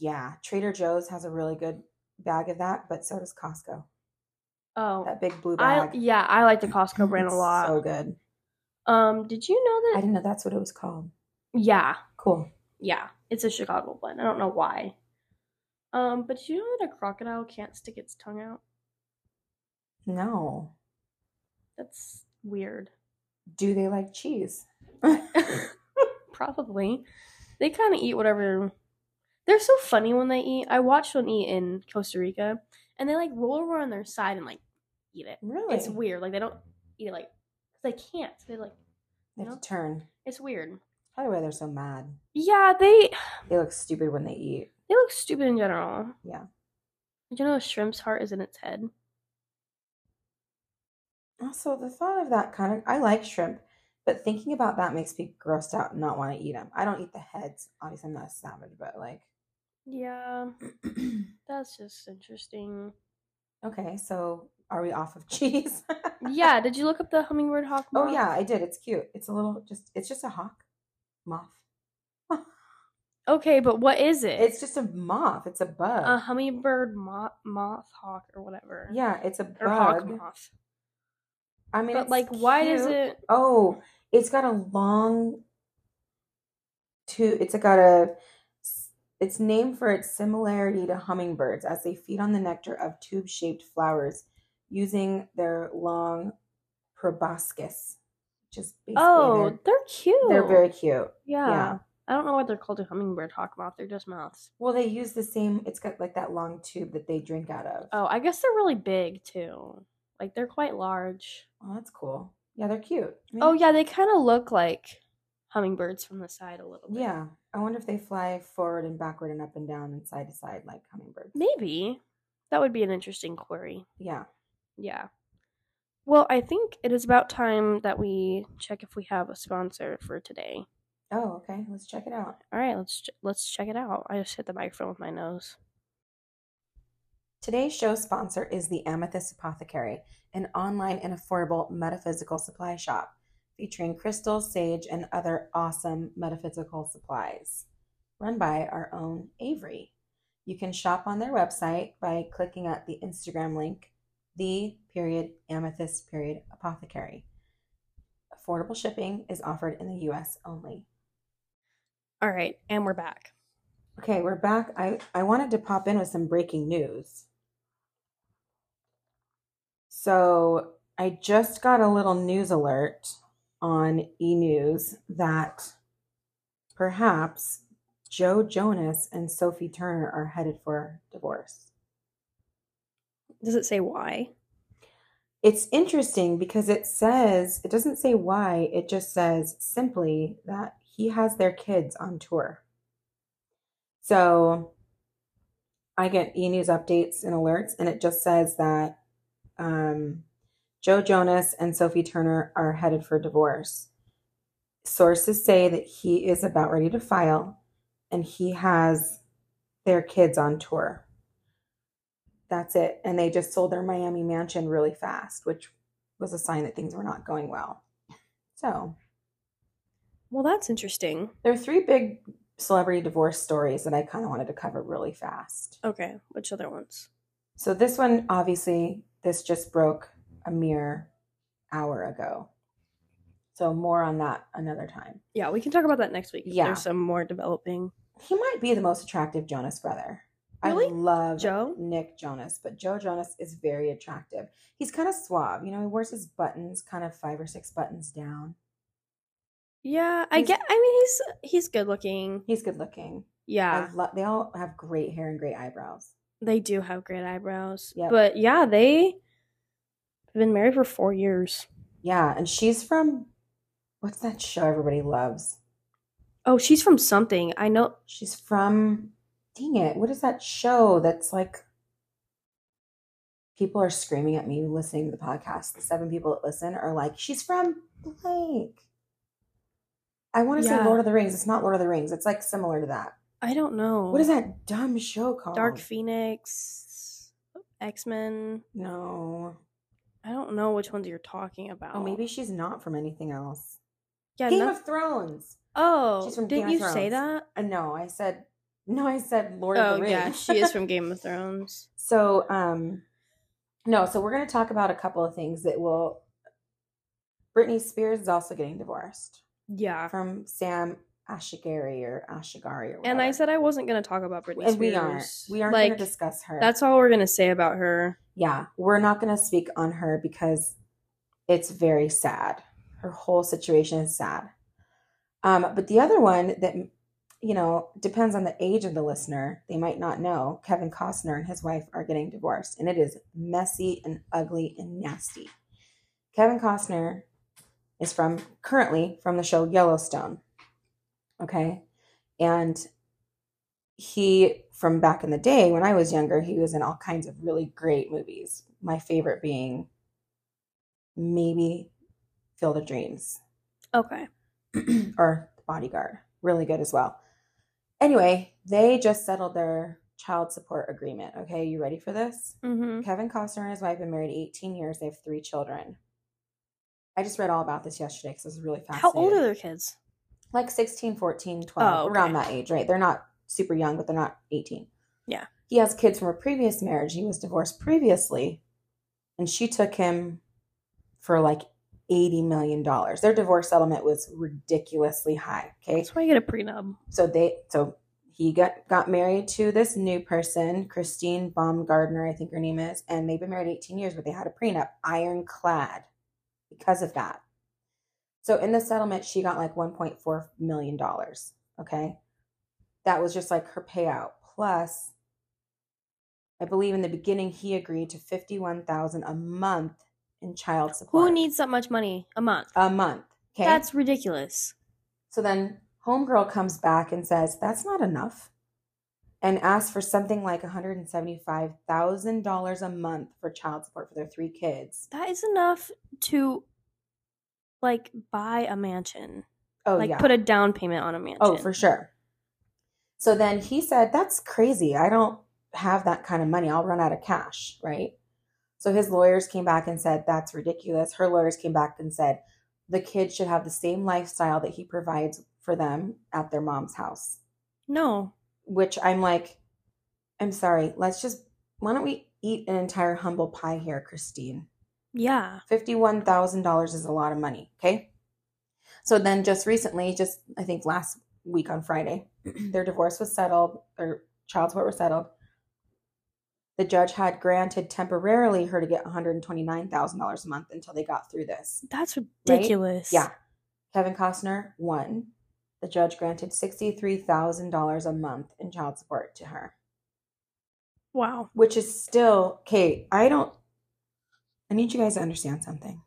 [SPEAKER 2] Yeah. Trader Joe's has a really good bag of that, but so does Costco.
[SPEAKER 1] Oh,
[SPEAKER 2] That big blue
[SPEAKER 1] I
[SPEAKER 2] bag.
[SPEAKER 1] yeah, I like the Costco brand
[SPEAKER 2] It's
[SPEAKER 1] a lot.
[SPEAKER 2] So good.
[SPEAKER 1] um, did you know
[SPEAKER 2] I
[SPEAKER 1] that?
[SPEAKER 2] didn't know that's what it was called.
[SPEAKER 1] Yeah,
[SPEAKER 2] Cool.
[SPEAKER 1] yeah, it's a Chicago blend. I don't know why. Um, but did you know that a crocodile can't stick its tongue out?
[SPEAKER 2] No.
[SPEAKER 1] That's weird.
[SPEAKER 2] Do they like cheese?
[SPEAKER 1] Probably. They kind of eat whatever. They're so funny when they eat. I watched one eat in Costa Rica, and they like roll over on their side and like eat it.
[SPEAKER 2] Really?
[SPEAKER 1] It's weird. Like they don't eat it like 'cause they can't. So they like
[SPEAKER 2] They
[SPEAKER 1] you know.
[SPEAKER 2] have to turn.
[SPEAKER 1] It's weird.
[SPEAKER 2] Probably why they're so mad.
[SPEAKER 1] Yeah, they
[SPEAKER 2] They look stupid when they eat.
[SPEAKER 1] they look stupid in general.
[SPEAKER 2] Yeah.
[SPEAKER 1] Did you know a shrimp's heart is in its head?
[SPEAKER 2] Also, the thought of that kind of I like shrimp, but thinking about that makes me grossed out and not want to eat them. I don't eat the heads. Obviously, I'm not a savage, but like,
[SPEAKER 1] Yeah, that's just interesting.
[SPEAKER 2] okay, so are we off of cheese?
[SPEAKER 1] yeah, did you look up the hummingbird hawk?
[SPEAKER 2] oh
[SPEAKER 1] moth?
[SPEAKER 2] yeah, I did. It's cute. It's a little just. It's just a hawk, moth.
[SPEAKER 1] Okay, but what is it?
[SPEAKER 2] It's just a moth. It's a bug.
[SPEAKER 1] a hummingbird moth, moth hawk or whatever.
[SPEAKER 2] yeah, it's a
[SPEAKER 1] or hawk
[SPEAKER 2] bug.
[SPEAKER 1] moth.
[SPEAKER 2] I mean,
[SPEAKER 1] but
[SPEAKER 2] it's
[SPEAKER 1] like, why does
[SPEAKER 2] cute.
[SPEAKER 1] it?
[SPEAKER 2] Oh, it's got a long two it's got a it's named for its similarity to hummingbirds as they feed on the nectar of tube-shaped flowers using their long proboscis, which is basically
[SPEAKER 1] Oh,
[SPEAKER 2] their-
[SPEAKER 1] they're cute.
[SPEAKER 2] they're very cute.
[SPEAKER 1] yeah.
[SPEAKER 2] yeah.
[SPEAKER 1] I don't know why they're called a hummingbird hawk moth. They're just moths.
[SPEAKER 2] Well, they use the same it's got like that long tube that they drink out of.
[SPEAKER 1] Oh, I guess they're really big too. Like they're quite large.
[SPEAKER 2] Oh, that's cool. Yeah, they're cute. I mean,
[SPEAKER 1] Oh yeah, they kind of look like hummingbirds from the side a little bit.
[SPEAKER 2] Yeah. I wonder if they fly forward and backward and up and down and side to side like hummingbirds.
[SPEAKER 1] Maybe that would be an interesting query.
[SPEAKER 2] Yeah.
[SPEAKER 1] Yeah. Well, I think it is about time that we check if we have a sponsor for today.
[SPEAKER 2] Oh, okay. Let's check it out.
[SPEAKER 1] All right, let's ch- let's check it out. I just hit the microphone with my nose.
[SPEAKER 2] Today's show sponsor is the Amethyst Apothecary, an online and affordable metaphysical supply shop featuring crystals, sage, and other awesome metaphysical supplies. Run by our own Avery. You can shop on their website by clicking at the Instagram link, the period amethyst period apothecary. Affordable shipping is offered in the US only.
[SPEAKER 1] All right, and we're back.
[SPEAKER 2] Okay, we're back. I, I wanted to pop in with some breaking news. So I just got a little news alert on e news that perhaps Joe Jonas and Sophie Turner are headed for divorce.
[SPEAKER 1] Does it say why?
[SPEAKER 2] It's interesting because it says, it doesn't say why, it just says simply that he has their kids on tour. So I get e news updates and alerts, and it just says that um, Joe Jonas and Sophie Turner are headed for divorce. Sources say that he is about ready to file and he has their kids on tour that's it. And they just sold their Miami mansion really fast, which was a sign that things were not going well. So
[SPEAKER 1] Well, that's interesting.
[SPEAKER 2] there are three big celebrity divorce stories that I kind of wanted to cover really fast.
[SPEAKER 1] Okay, which other ones?
[SPEAKER 2] So this one, obviously, this just broke a mere hour ago. So more on that another time.
[SPEAKER 1] Yeah, we can talk about that next week. if
[SPEAKER 2] Yeah.
[SPEAKER 1] There's some more developing.
[SPEAKER 2] He might be the most attractive Jonas brother. I
[SPEAKER 1] Really?
[SPEAKER 2] love
[SPEAKER 1] Joe?
[SPEAKER 2] Nick Jonas, but Joe Jonas is very attractive. He's kind of suave. You know, he wears his buttons kind of five or six buttons down.
[SPEAKER 1] Yeah, I
[SPEAKER 2] He's-
[SPEAKER 1] get I mean he's he's good looking.
[SPEAKER 2] He's good looking.
[SPEAKER 1] Yeah.
[SPEAKER 2] I love. They all have great hair and great eyebrows.
[SPEAKER 1] They do have great eyebrows.
[SPEAKER 2] Yep.
[SPEAKER 1] But yeah, they have been married for four years.
[SPEAKER 2] Yeah, and she's from what's that show everybody loves?
[SPEAKER 1] Oh, she's from something. I know.
[SPEAKER 2] She's from dang it, what is that show that's like people are screaming at me listening to the podcast. The seven people that listen are like, She's from blank. I want to
[SPEAKER 1] Yeah.
[SPEAKER 2] say Lord of the Rings. It's not Lord of the Rings. It's like similar to that.
[SPEAKER 1] I don't know.
[SPEAKER 2] What is that dumb show called?
[SPEAKER 1] Dark Phoenix, X Men.
[SPEAKER 2] No.
[SPEAKER 1] I don't know which ones you're talking about.
[SPEAKER 2] Oh, maybe she's not from anything else.
[SPEAKER 1] Yeah.
[SPEAKER 2] Game
[SPEAKER 1] no-
[SPEAKER 2] of Thrones.
[SPEAKER 1] oh,
[SPEAKER 2] she's from Game
[SPEAKER 1] didn't
[SPEAKER 2] of
[SPEAKER 1] you say
[SPEAKER 2] Thrones.
[SPEAKER 1] that?
[SPEAKER 2] Uh, No, I said no. I said Lord of
[SPEAKER 1] Oh
[SPEAKER 2] the Rings.
[SPEAKER 1] yeah, she is from Game of Thrones.
[SPEAKER 2] So, um, no, so we're going to talk about a couple of things that will. Britney Spears is also getting divorced
[SPEAKER 1] Yeah.
[SPEAKER 2] from Sam Ashigari or Ashigari or whatever.
[SPEAKER 1] And I said I wasn't gonna talk about Britney
[SPEAKER 2] and
[SPEAKER 1] Spears.
[SPEAKER 2] we aren't. We aren't
[SPEAKER 1] like
[SPEAKER 2] going to discuss her.
[SPEAKER 1] that's all we're gonna say about her.
[SPEAKER 2] yeah, we're not going to speak on her because it's very sad. Her whole situation is sad. Um, but the other one that you know depends on the age of the listener; they might not know. Kevin Costner and his wife are getting divorced, and it is messy and ugly and nasty. Kevin Costner is from currently from the show Yellowstone. Okay, and he from back in the day when I was younger, he was in all kinds of really great movies. My favorite being maybe Field of Dreams
[SPEAKER 1] Okay.
[SPEAKER 2] or The Bodyguard. Really good as well. Anyway, they just settled their child support agreement. Okay, you ready for this?
[SPEAKER 1] Mm-hmm.
[SPEAKER 2] Kevin Costner and his wife have been married 18 years. They have three children. I just read all about this yesterday because I was really fascinated
[SPEAKER 1] How old are their kids?
[SPEAKER 2] like 16 14 12
[SPEAKER 1] Oh, okay.
[SPEAKER 2] around that age right they're not super young but they're not 18
[SPEAKER 1] Yeah.
[SPEAKER 2] he has kids from a previous marriage he was divorced previously and she took him for like 80 million dollars their divorce settlement was ridiculously high okay
[SPEAKER 1] That's why you get a prenup.
[SPEAKER 2] so they so he got got married to this new person christine baumgardner i think her name is and they've been married 18 years but they had a prenup ironclad because of that so in the settlement she got like 1.4 million dollars okay that was just like her payout plus i believe in the beginning he agreed to 51000 a month in child support
[SPEAKER 1] Who needs that much money a month?
[SPEAKER 2] a month okay
[SPEAKER 1] That's ridiculous.
[SPEAKER 2] so then homegirl comes back and says, That's not enough. And asks for something like $175,000 a month for child support for their three kids.
[SPEAKER 1] That is enough to like buy a mansion.
[SPEAKER 2] Oh,
[SPEAKER 1] like
[SPEAKER 2] yeah.
[SPEAKER 1] put a down payment on a mansion.
[SPEAKER 2] oh, for sure. So then he said, That's crazy. I don't have that kind of money. I'll run out of cash, right? So his lawyers came back and said, That's ridiculous. Her lawyers came back and said, The kids should have the same lifestyle that he provides for them at their mom's house.
[SPEAKER 1] No.
[SPEAKER 2] which I'm like, I'm sorry, let's just, why don't we eat an entire humble pie here, Christine?
[SPEAKER 1] Yeah.
[SPEAKER 2] $51,000 is a lot of money, okay? So then just recently, just I think last week on Friday, their divorce was settled, their child support was settled. The judge had granted temporarily her to get $129,000 a month until they got through this.
[SPEAKER 1] That's ridiculous.
[SPEAKER 2] Yeah. Kevin Costner won. The judge granted $63,000 a month in child support to her,
[SPEAKER 1] Wow.
[SPEAKER 2] which is still, okay, I don't, I need you guys to understand something.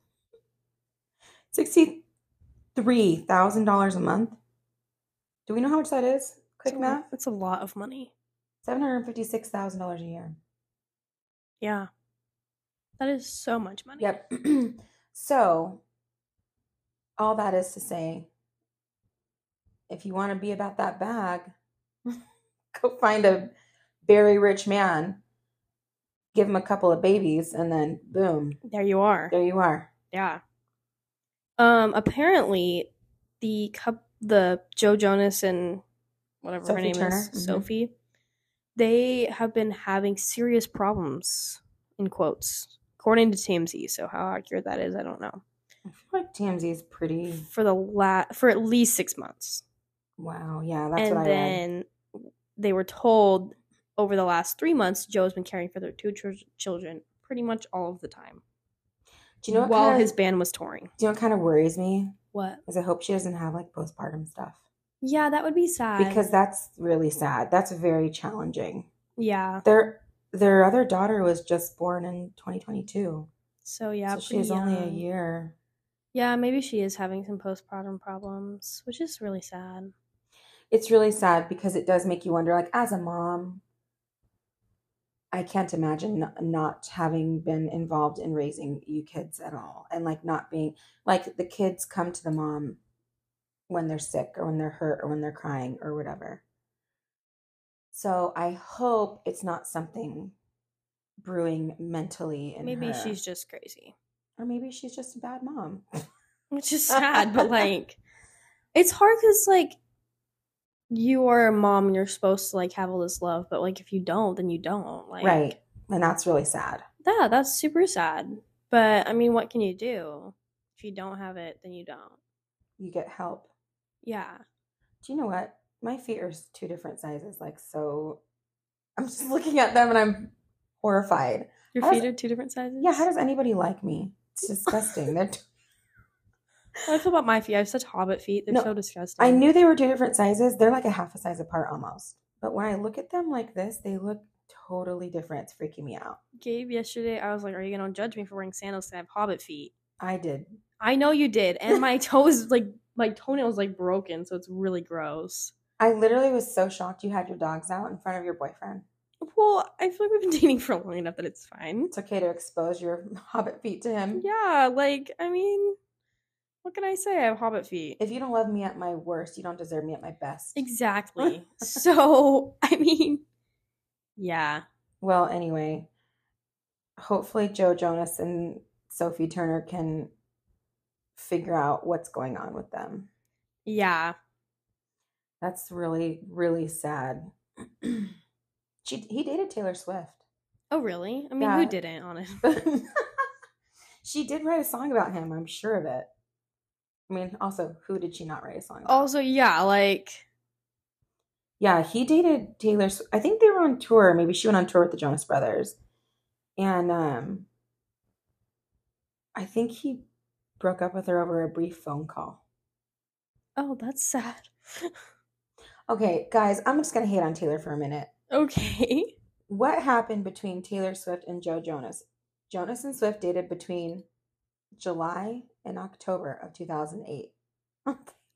[SPEAKER 2] $63,000 a month? Do we know how much that is? Quick
[SPEAKER 1] That's a-
[SPEAKER 2] math
[SPEAKER 1] That's a lot of money.
[SPEAKER 2] $756,000 a year.
[SPEAKER 1] Yeah. That is so much money.
[SPEAKER 2] Yep. so, all that is to say, if you want to be about that bag, go find a very rich man, give him a couple of babies, and then boom,
[SPEAKER 1] There you are.
[SPEAKER 2] there you are.
[SPEAKER 1] Yeah. Um apparently the cup the Joe Jonas and whatever
[SPEAKER 2] Sophie
[SPEAKER 1] her name
[SPEAKER 2] Turner?
[SPEAKER 1] is,
[SPEAKER 2] Mhm.
[SPEAKER 1] Sophie, they have been having serious problems in quotes. According to TMZ, so how accurate that is, I don't know.
[SPEAKER 2] I feel like TMZ is pretty.
[SPEAKER 1] For the la- for at least six months.
[SPEAKER 2] Wow. Yeah, that's
[SPEAKER 1] and
[SPEAKER 2] what I read.
[SPEAKER 1] then they were told over the last three months, Joe's been caring for their two chil- children pretty much all of the time
[SPEAKER 2] Do you know what
[SPEAKER 1] while
[SPEAKER 2] kind of,
[SPEAKER 1] his band was touring.
[SPEAKER 2] do you know what kind of worries me?
[SPEAKER 1] What?
[SPEAKER 2] Is I hope she doesn't have like postpartum stuff.
[SPEAKER 1] Yeah, that would be sad.
[SPEAKER 2] because that's really sad. That's very challenging.
[SPEAKER 1] yeah.
[SPEAKER 2] Their their other daughter was just born in 2022.
[SPEAKER 1] So yeah,
[SPEAKER 2] so
[SPEAKER 1] pretty
[SPEAKER 2] she's only a
[SPEAKER 1] young.
[SPEAKER 2] year.
[SPEAKER 1] Yeah, maybe she is having some postpartum problems, which is really sad.
[SPEAKER 2] It's really sad because it does make you wonder like as a mom I can't imagine n- not having been involved in raising you kids at all and like not being like the kids come to the mom when they're sick or when they're hurt or when they're crying or whatever. So I hope it's not something brewing mentally in
[SPEAKER 1] maybe
[SPEAKER 2] her.
[SPEAKER 1] she's just crazy,
[SPEAKER 2] or maybe she's just a bad mom.
[SPEAKER 1] which is sad, but like, it's hard because like, you are a mom and you're supposed to like have all this love, but like if you don't, then you don't. Like,
[SPEAKER 2] right. And that's really sad.
[SPEAKER 1] Yeah, that's super sad. But I mean, what can you do? If you don't have it, then you don't.
[SPEAKER 2] You get help.
[SPEAKER 1] Yeah.
[SPEAKER 2] Do you know what? My feet are s- two different sizes. Like, so I'm just looking at them and I'm horrified.
[SPEAKER 1] Your
[SPEAKER 2] How does-
[SPEAKER 1] feet are two different sizes?
[SPEAKER 2] Yeah, how does anybody like me? It's disgusting. They're t-
[SPEAKER 1] How do I feel about my feet? I have such hobbit feet. They're
[SPEAKER 2] No,
[SPEAKER 1] so disgusting.
[SPEAKER 2] I knew they were two different sizes. They're like a half a size apart almost. But when I look at them like this, they look totally different. It's freaking me out.
[SPEAKER 1] Gabe yesterday, I was like, Are you going to judge me for wearing sandals? 'cause I have hobbit feet.
[SPEAKER 2] I did.
[SPEAKER 1] I know you did. And my toes, like, my toenail's like broken. So it's really gross.
[SPEAKER 2] I literally was so shocked you had your dogs out in front of your boyfriend.
[SPEAKER 1] Well, I feel like we've been dating for long enough that it's fine.
[SPEAKER 2] It's okay to expose your hobbit feet to him.
[SPEAKER 1] Yeah. Like, I mean, what can I say? I have hobbit feet.
[SPEAKER 2] If you don't love me at my worst, you don't deserve me at my best.
[SPEAKER 1] Exactly. so, I mean, yeah.
[SPEAKER 2] Well, anyway, hopefully Joe Jonas and Sophie Turner can figure out what's going on with them.
[SPEAKER 1] Yeah.
[SPEAKER 2] That's really, really sad. she he dated Taylor Swift.
[SPEAKER 1] Oh, really? I mean,
[SPEAKER 2] Yeah.
[SPEAKER 1] who didn't, honestly?
[SPEAKER 2] she did write a song about him, I'm sure of it. I mean, also, who did she not write a song about?
[SPEAKER 1] Also, yeah, like,
[SPEAKER 2] Yeah, he dated Taylor. Sw- I think they were on tour. Maybe she went on tour with the Jonas Brothers, and um, I think he broke up with her over a brief phone call.
[SPEAKER 1] oh, that's sad.
[SPEAKER 2] Okay, guys, I'm just gonna hate on Taylor for a minute.
[SPEAKER 1] okay.
[SPEAKER 2] What happened between Taylor Swift and Joe Jonas? Jonas and Swift dated between July and October of 2008.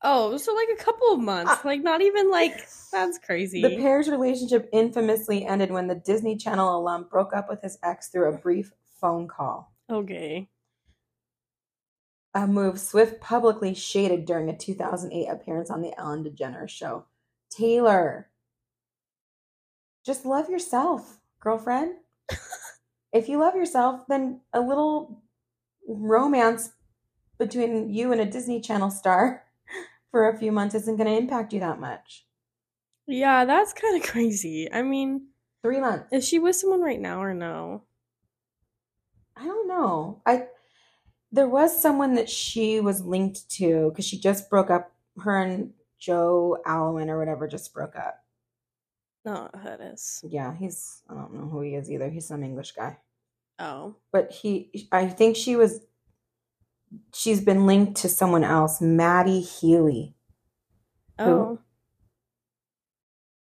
[SPEAKER 1] Oh, so like a couple of
[SPEAKER 2] Ah.
[SPEAKER 1] months. Like, not even like, that's crazy.
[SPEAKER 2] The pair's relationship infamously ended when the Disney Channel alum broke up with his ex through a brief phone call.
[SPEAKER 1] okay.
[SPEAKER 2] a move Swift publicly shaded during a 2008 appearance on the Ellen DeGeneres show. Taylor, just love yourself, girlfriend. if you love yourself, then a little romance between you and a Disney Channel star for a few months isn't going to impact you that much.
[SPEAKER 1] Yeah, that's kind of crazy. I mean,
[SPEAKER 2] Three months.
[SPEAKER 1] is she with someone right now or no?
[SPEAKER 2] I don't know. I there was someone that she was linked to because she just broke up. Her and Joe Alwyn or whatever just broke up.
[SPEAKER 1] No, that is.
[SPEAKER 2] Yeah, he's I don't know who he is either. He's some English guy,
[SPEAKER 1] Oh.
[SPEAKER 2] but he I think she was. She's been linked to someone else, Maddie Healy.
[SPEAKER 1] Oh.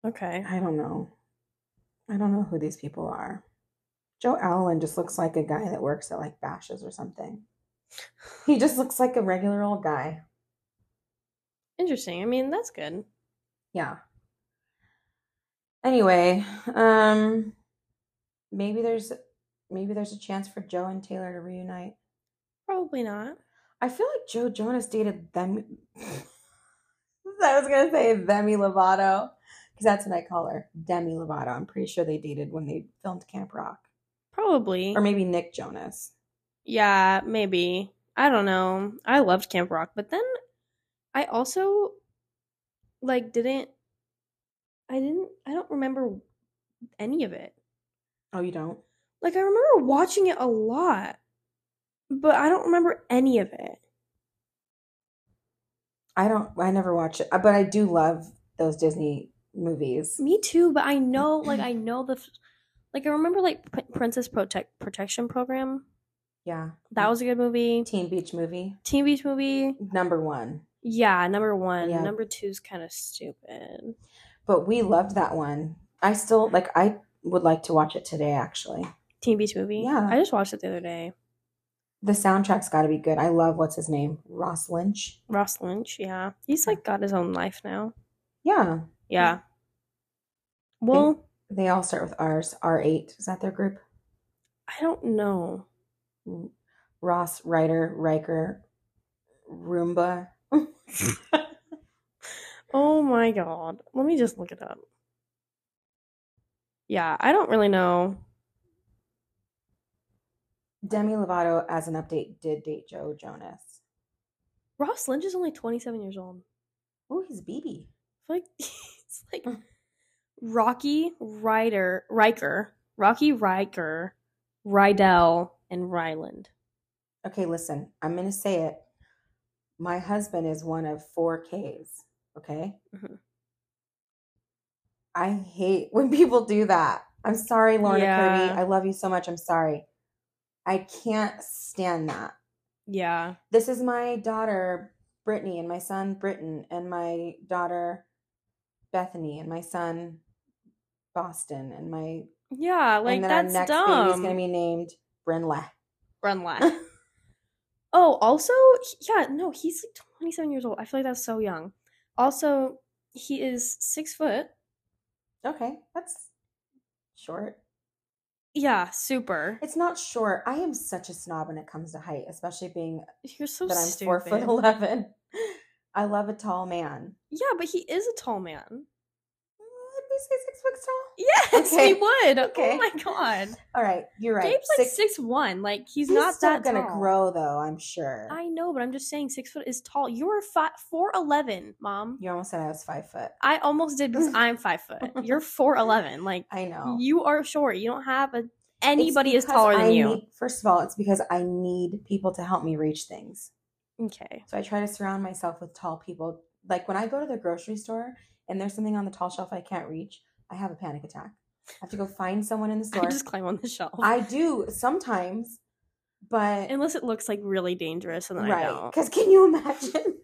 [SPEAKER 1] Okay.
[SPEAKER 2] I don't know. I don't know who these people are. Joe Allen just looks like a guy that works at like Bashes or something. He just looks like a regular old guy.
[SPEAKER 1] Interesting. I mean, that's good.
[SPEAKER 2] yeah anyway um maybe there's maybe there's a chance for joe and taylor to reunite
[SPEAKER 1] Probably not.
[SPEAKER 2] i feel like joe jonas dated them i was gonna say demi lovato because that's what i call her demi lovato i'm pretty sure they dated when they filmed camp rock
[SPEAKER 1] Probably.
[SPEAKER 2] or maybe nick jonas
[SPEAKER 1] Yeah, maybe. I don't know. I loved Camp Rock, but then I also like didn't I didn't I don't remember any of it.
[SPEAKER 2] oh you don't
[SPEAKER 1] Like I remember watching it a lot, but I don't remember any of it.
[SPEAKER 2] i don't i never watch it but i do love those disney movies
[SPEAKER 1] Me too, but I know like I know the f- like I remember like P- Princess Protect Protection Program.
[SPEAKER 2] yeah
[SPEAKER 1] That was a good movie.
[SPEAKER 2] teen beach movie
[SPEAKER 1] Teen Beach movie.
[SPEAKER 2] number one
[SPEAKER 1] Yeah, number one.
[SPEAKER 2] Yeah.
[SPEAKER 1] Number two's kind of stupid.
[SPEAKER 2] But we loved that one. I still like. I would like to watch it today. Actually,
[SPEAKER 1] Teen Beach Movie.
[SPEAKER 2] Yeah.
[SPEAKER 1] I just watched it the other day.
[SPEAKER 2] the soundtrack's got to be good. I love what's his name, Ross Lynch.
[SPEAKER 1] Ross Lynch. Yeah, he's like got his own life now.
[SPEAKER 2] Yeah,
[SPEAKER 1] Yeah. Well,
[SPEAKER 2] they all start with R's. R eight is that their group?
[SPEAKER 1] I don't know.
[SPEAKER 2] Ross, Ryder, Riker, Roomba.
[SPEAKER 1] Oh my god. Let me just look it up. Yeah, I don't really know.
[SPEAKER 2] Demi Lovato, as an update, did date Joe Jonas.
[SPEAKER 1] Ross Lynch is only 27 years old.
[SPEAKER 2] Ooh, he's BB.
[SPEAKER 1] I feel like he's like
[SPEAKER 2] Hmm.
[SPEAKER 1] Rocky Ryder, Riker, Rocky Riker, Rydell, and Ryland.
[SPEAKER 2] Okay, listen, I'm going to say it. My husband is one of four Ks, okay?
[SPEAKER 1] Mhm.
[SPEAKER 2] I hate when people do that. I'm sorry, Lorna
[SPEAKER 1] Yeah.
[SPEAKER 2] Kirby. I love you so much. I'm sorry. I can't stand that.
[SPEAKER 1] Yeah.
[SPEAKER 2] This is my daughter, Brittany, and my son, Britton, and my daughter, Bethany, and my son, Boston, and my.
[SPEAKER 1] Yeah, like
[SPEAKER 2] and then
[SPEAKER 1] that's
[SPEAKER 2] our next
[SPEAKER 1] dumb.
[SPEAKER 2] baby's going to be named Brinley.
[SPEAKER 1] Run left. oh, also, yeah, no, he's like 27 years old. I feel like that's so young. Also, he is six foot.
[SPEAKER 2] Okay, that's short.
[SPEAKER 1] Yeah, super.
[SPEAKER 2] It's not short. I am such a snob when it comes to height, especially being
[SPEAKER 1] You're so
[SPEAKER 2] that I'm
[SPEAKER 1] stupid.
[SPEAKER 2] four foot eleven. I love a tall man.
[SPEAKER 1] Yeah, but he is a tall man.
[SPEAKER 2] Would we say six foot tall?
[SPEAKER 1] Yes,
[SPEAKER 2] Okay.
[SPEAKER 1] he would.
[SPEAKER 2] Okay.
[SPEAKER 1] Oh my god.
[SPEAKER 2] All right, you're right.
[SPEAKER 1] Gabe's like six one. Like he's, not
[SPEAKER 2] still
[SPEAKER 1] that
[SPEAKER 2] gonna
[SPEAKER 1] tall.
[SPEAKER 2] grow though. I'm sure.
[SPEAKER 1] I know, but I'm just saying six foot is tall. You're five four eleven, mom.
[SPEAKER 2] you almost said I was five foot.
[SPEAKER 1] I almost did because I'm five foot. You're four eleven. Like
[SPEAKER 2] I know.
[SPEAKER 1] you are short. You don't have a
[SPEAKER 2] It's
[SPEAKER 1] anybody is
[SPEAKER 2] because
[SPEAKER 1] taller than
[SPEAKER 2] I
[SPEAKER 1] you.
[SPEAKER 2] need- first of all, it's because I need people to help me reach things.
[SPEAKER 1] Okay.
[SPEAKER 2] So I try to surround myself with tall people. Like when I go to the grocery store and there's something on the tall shelf I can't reach, I have a panic attack. I have to go find someone in the store.
[SPEAKER 1] I just climb on the shelf.
[SPEAKER 2] I do sometimes, but
[SPEAKER 1] Unless it looks like really dangerous and then I
[SPEAKER 2] right.
[SPEAKER 1] don't.
[SPEAKER 2] Because can you imagine?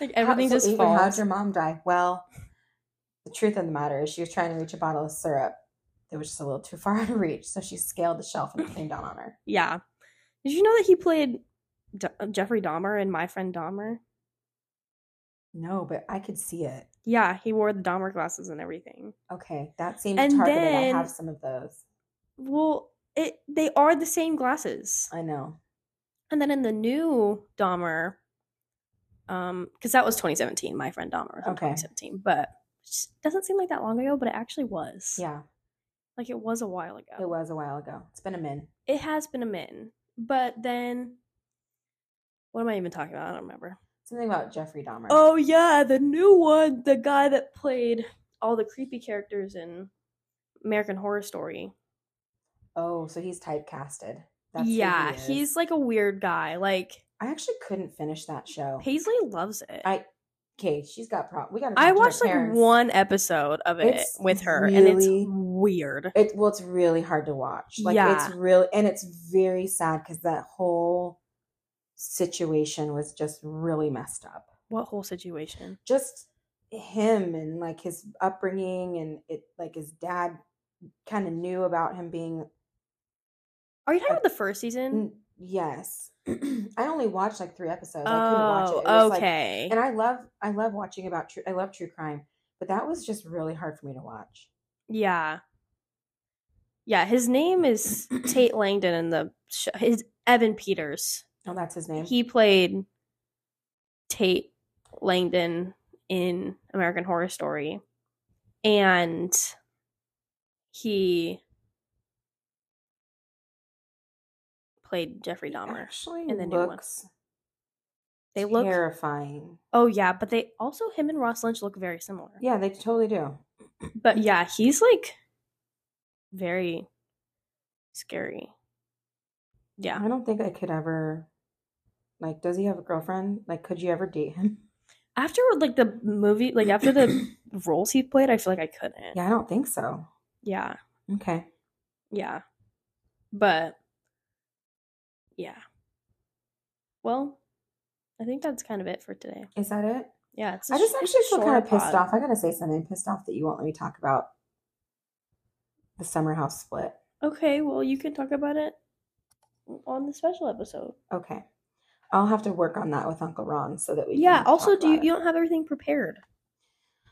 [SPEAKER 1] Like everything
[SPEAKER 2] How- so
[SPEAKER 1] just
[SPEAKER 2] Avery,
[SPEAKER 1] falls.
[SPEAKER 2] How'd your mom die? Well, the truth of the matter is she was trying to reach a bottle of syrup that was just a little too far out of reach, so she scaled the shelf and it came down on her.
[SPEAKER 1] Yeah. Did you know that he played D- Jeffrey Dahmer in My Friend Dahmer?
[SPEAKER 2] No, but I could see it.
[SPEAKER 1] Yeah, he wore the Dahmer glasses and everything.
[SPEAKER 2] Okay, that seems
[SPEAKER 1] And
[SPEAKER 2] targeted.
[SPEAKER 1] then-
[SPEAKER 2] I have some of those.
[SPEAKER 1] Well, it they are the same glasses.
[SPEAKER 2] I know.
[SPEAKER 1] And then in the new Dahmer, um, because that was 2017, My Friend Dahmer was in
[SPEAKER 2] Okay.
[SPEAKER 1] 2017, but it doesn't seem like that long ago, but it actually was.
[SPEAKER 2] Yeah,
[SPEAKER 1] like it was a while ago.
[SPEAKER 2] it was a while ago. It's been a min.
[SPEAKER 1] it has been a min, but then what am I even talking about? I don't remember.
[SPEAKER 2] Something about Jeffrey Dahmer.
[SPEAKER 1] Oh yeah, the new one, the guy that played all the creepy characters in American Horror Story.
[SPEAKER 2] Oh, so he's typecasted. who
[SPEAKER 1] yeah,
[SPEAKER 2] he is.
[SPEAKER 1] he's like a weird guy. Like
[SPEAKER 2] I actually couldn't finish that show.
[SPEAKER 1] Paisley loves it.
[SPEAKER 2] Oh. I- Okay, she's got problems. We got.
[SPEAKER 1] I watched like one episode of it
[SPEAKER 2] It's
[SPEAKER 1] with her, and it's
[SPEAKER 2] really-
[SPEAKER 1] weird.
[SPEAKER 2] It well, it's really hard to watch. Like it's
[SPEAKER 1] Yeah.
[SPEAKER 2] really and it's very sad because that whole situation was just really messed up.
[SPEAKER 1] What whole situation?
[SPEAKER 2] Just him and like his upbringing and it like his dad kind of knew about him being
[SPEAKER 1] Are you talking about the first season?
[SPEAKER 2] Mm, yes. I only watched like three episodes. I couldn't watch it.
[SPEAKER 1] Oh,
[SPEAKER 2] It was, like-
[SPEAKER 1] okay.
[SPEAKER 2] and I love I love watching about true I love true crime, but that was just really hard for me to watch.
[SPEAKER 1] Yeah. Yeah, his name is Tate Langdon in the show. His Evan Peters.
[SPEAKER 2] Oh, that's his name.
[SPEAKER 1] He played Tate Langdon in American Horror Story. And he played Jeffrey Dahmer.
[SPEAKER 2] actually
[SPEAKER 1] in um, the new one.
[SPEAKER 2] looks
[SPEAKER 1] They look
[SPEAKER 2] terrifying.
[SPEAKER 1] Oh yeah, but they also him and Ross Lynch look very similar.
[SPEAKER 2] Yeah, they totally do.
[SPEAKER 1] But yeah, he's like very scary. Yeah.
[SPEAKER 2] I don't think I could ever. Like, does he have a girlfriend? Like, could you ever date him?
[SPEAKER 1] After like the movie, like after the roles he played, I feel like I couldn't.
[SPEAKER 2] Yeah, I don't think so.
[SPEAKER 1] Yeah.
[SPEAKER 2] Okay.
[SPEAKER 1] Yeah. But yeah. Well, I think that's kind of it for today.
[SPEAKER 2] Is that it?
[SPEAKER 1] Yeah, it's a
[SPEAKER 2] I just
[SPEAKER 1] sh- it's a
[SPEAKER 2] actually feel kind
[SPEAKER 1] shorter
[SPEAKER 2] of pissed
[SPEAKER 1] pod.
[SPEAKER 2] off. I gotta say something. I'm pissed off that you won't let me talk about the summer house split.
[SPEAKER 1] Okay, well, you can talk about it on the special episode.
[SPEAKER 2] Okay, I'll have to work on that with Uncle Ron so that we.
[SPEAKER 1] yeah.
[SPEAKER 2] can
[SPEAKER 1] Also,
[SPEAKER 2] talk
[SPEAKER 1] do you,
[SPEAKER 2] about it.
[SPEAKER 1] you don't have everything prepared?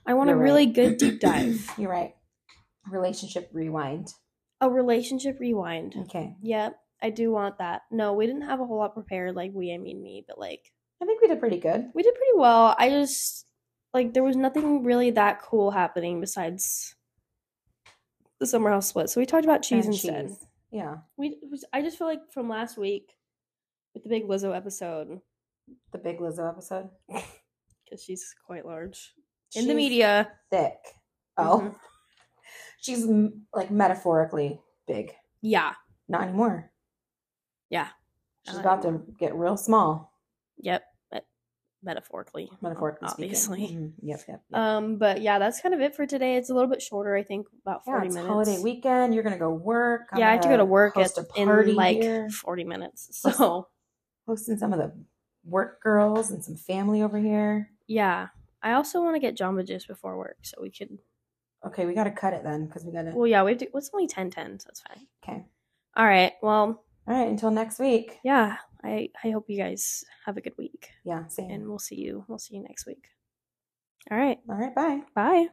[SPEAKER 1] I want a
[SPEAKER 2] You're right.
[SPEAKER 1] really good deep dive.
[SPEAKER 2] You're right. Relationship rewind.
[SPEAKER 1] a relationship rewind.
[SPEAKER 2] Okay,
[SPEAKER 1] Yeah, I do want that. No, we didn't have a whole lot prepared. Like we, I mean me, but like
[SPEAKER 2] I think we did pretty good.
[SPEAKER 1] we did pretty well. I just like there was nothing really that cool happening besides the summer house split. So we talked about cheese
[SPEAKER 2] And
[SPEAKER 1] instead.
[SPEAKER 2] cheese. Yeah,
[SPEAKER 1] We, it was- I just feel like from last week with the big Lizzo episode
[SPEAKER 2] the big Lizzo episode.
[SPEAKER 1] because she's quite large in
[SPEAKER 2] She's
[SPEAKER 1] the media.
[SPEAKER 2] thick. Oh,
[SPEAKER 1] Mm-hmm.
[SPEAKER 2] she's m- like metaphorically big.
[SPEAKER 1] Yeah.
[SPEAKER 2] Not anymore.
[SPEAKER 1] Yeah.
[SPEAKER 2] She's
[SPEAKER 1] Not
[SPEAKER 2] about to get real small,
[SPEAKER 1] Yep. Met- metaphorically.
[SPEAKER 2] metaphorically speaking.
[SPEAKER 1] Obviously.
[SPEAKER 2] Mhm. Yep, yep. yep.
[SPEAKER 1] Um, but yeah, that's kind of it for today. It's a little bit shorter, I think, about
[SPEAKER 2] yeah,
[SPEAKER 1] forty
[SPEAKER 2] it's
[SPEAKER 1] minutes.
[SPEAKER 2] holiday weekend. You're gonna go work. I'm
[SPEAKER 1] yeah, I have to go to
[SPEAKER 2] gonna
[SPEAKER 1] work at,
[SPEAKER 2] host a party
[SPEAKER 1] in like
[SPEAKER 2] here.
[SPEAKER 1] forty minutes.
[SPEAKER 2] Host-
[SPEAKER 1] So
[SPEAKER 2] hosting some of the work girls and some family over here.
[SPEAKER 1] yeah, I also want to get Jamba Juice before work, so we could.
[SPEAKER 2] Okay, we gotta cut it then because we gotta.
[SPEAKER 1] Well, yeah, we have to. It's only ten ten, so it's fine.
[SPEAKER 2] Okay.
[SPEAKER 1] All right. Well,
[SPEAKER 2] All right. Until next week.
[SPEAKER 1] yeah. I I hope you guys have a good week,
[SPEAKER 2] Yeah. Same.
[SPEAKER 1] and we'll see you. We'll see you next week. All right.
[SPEAKER 2] All right. Bye.
[SPEAKER 1] Bye.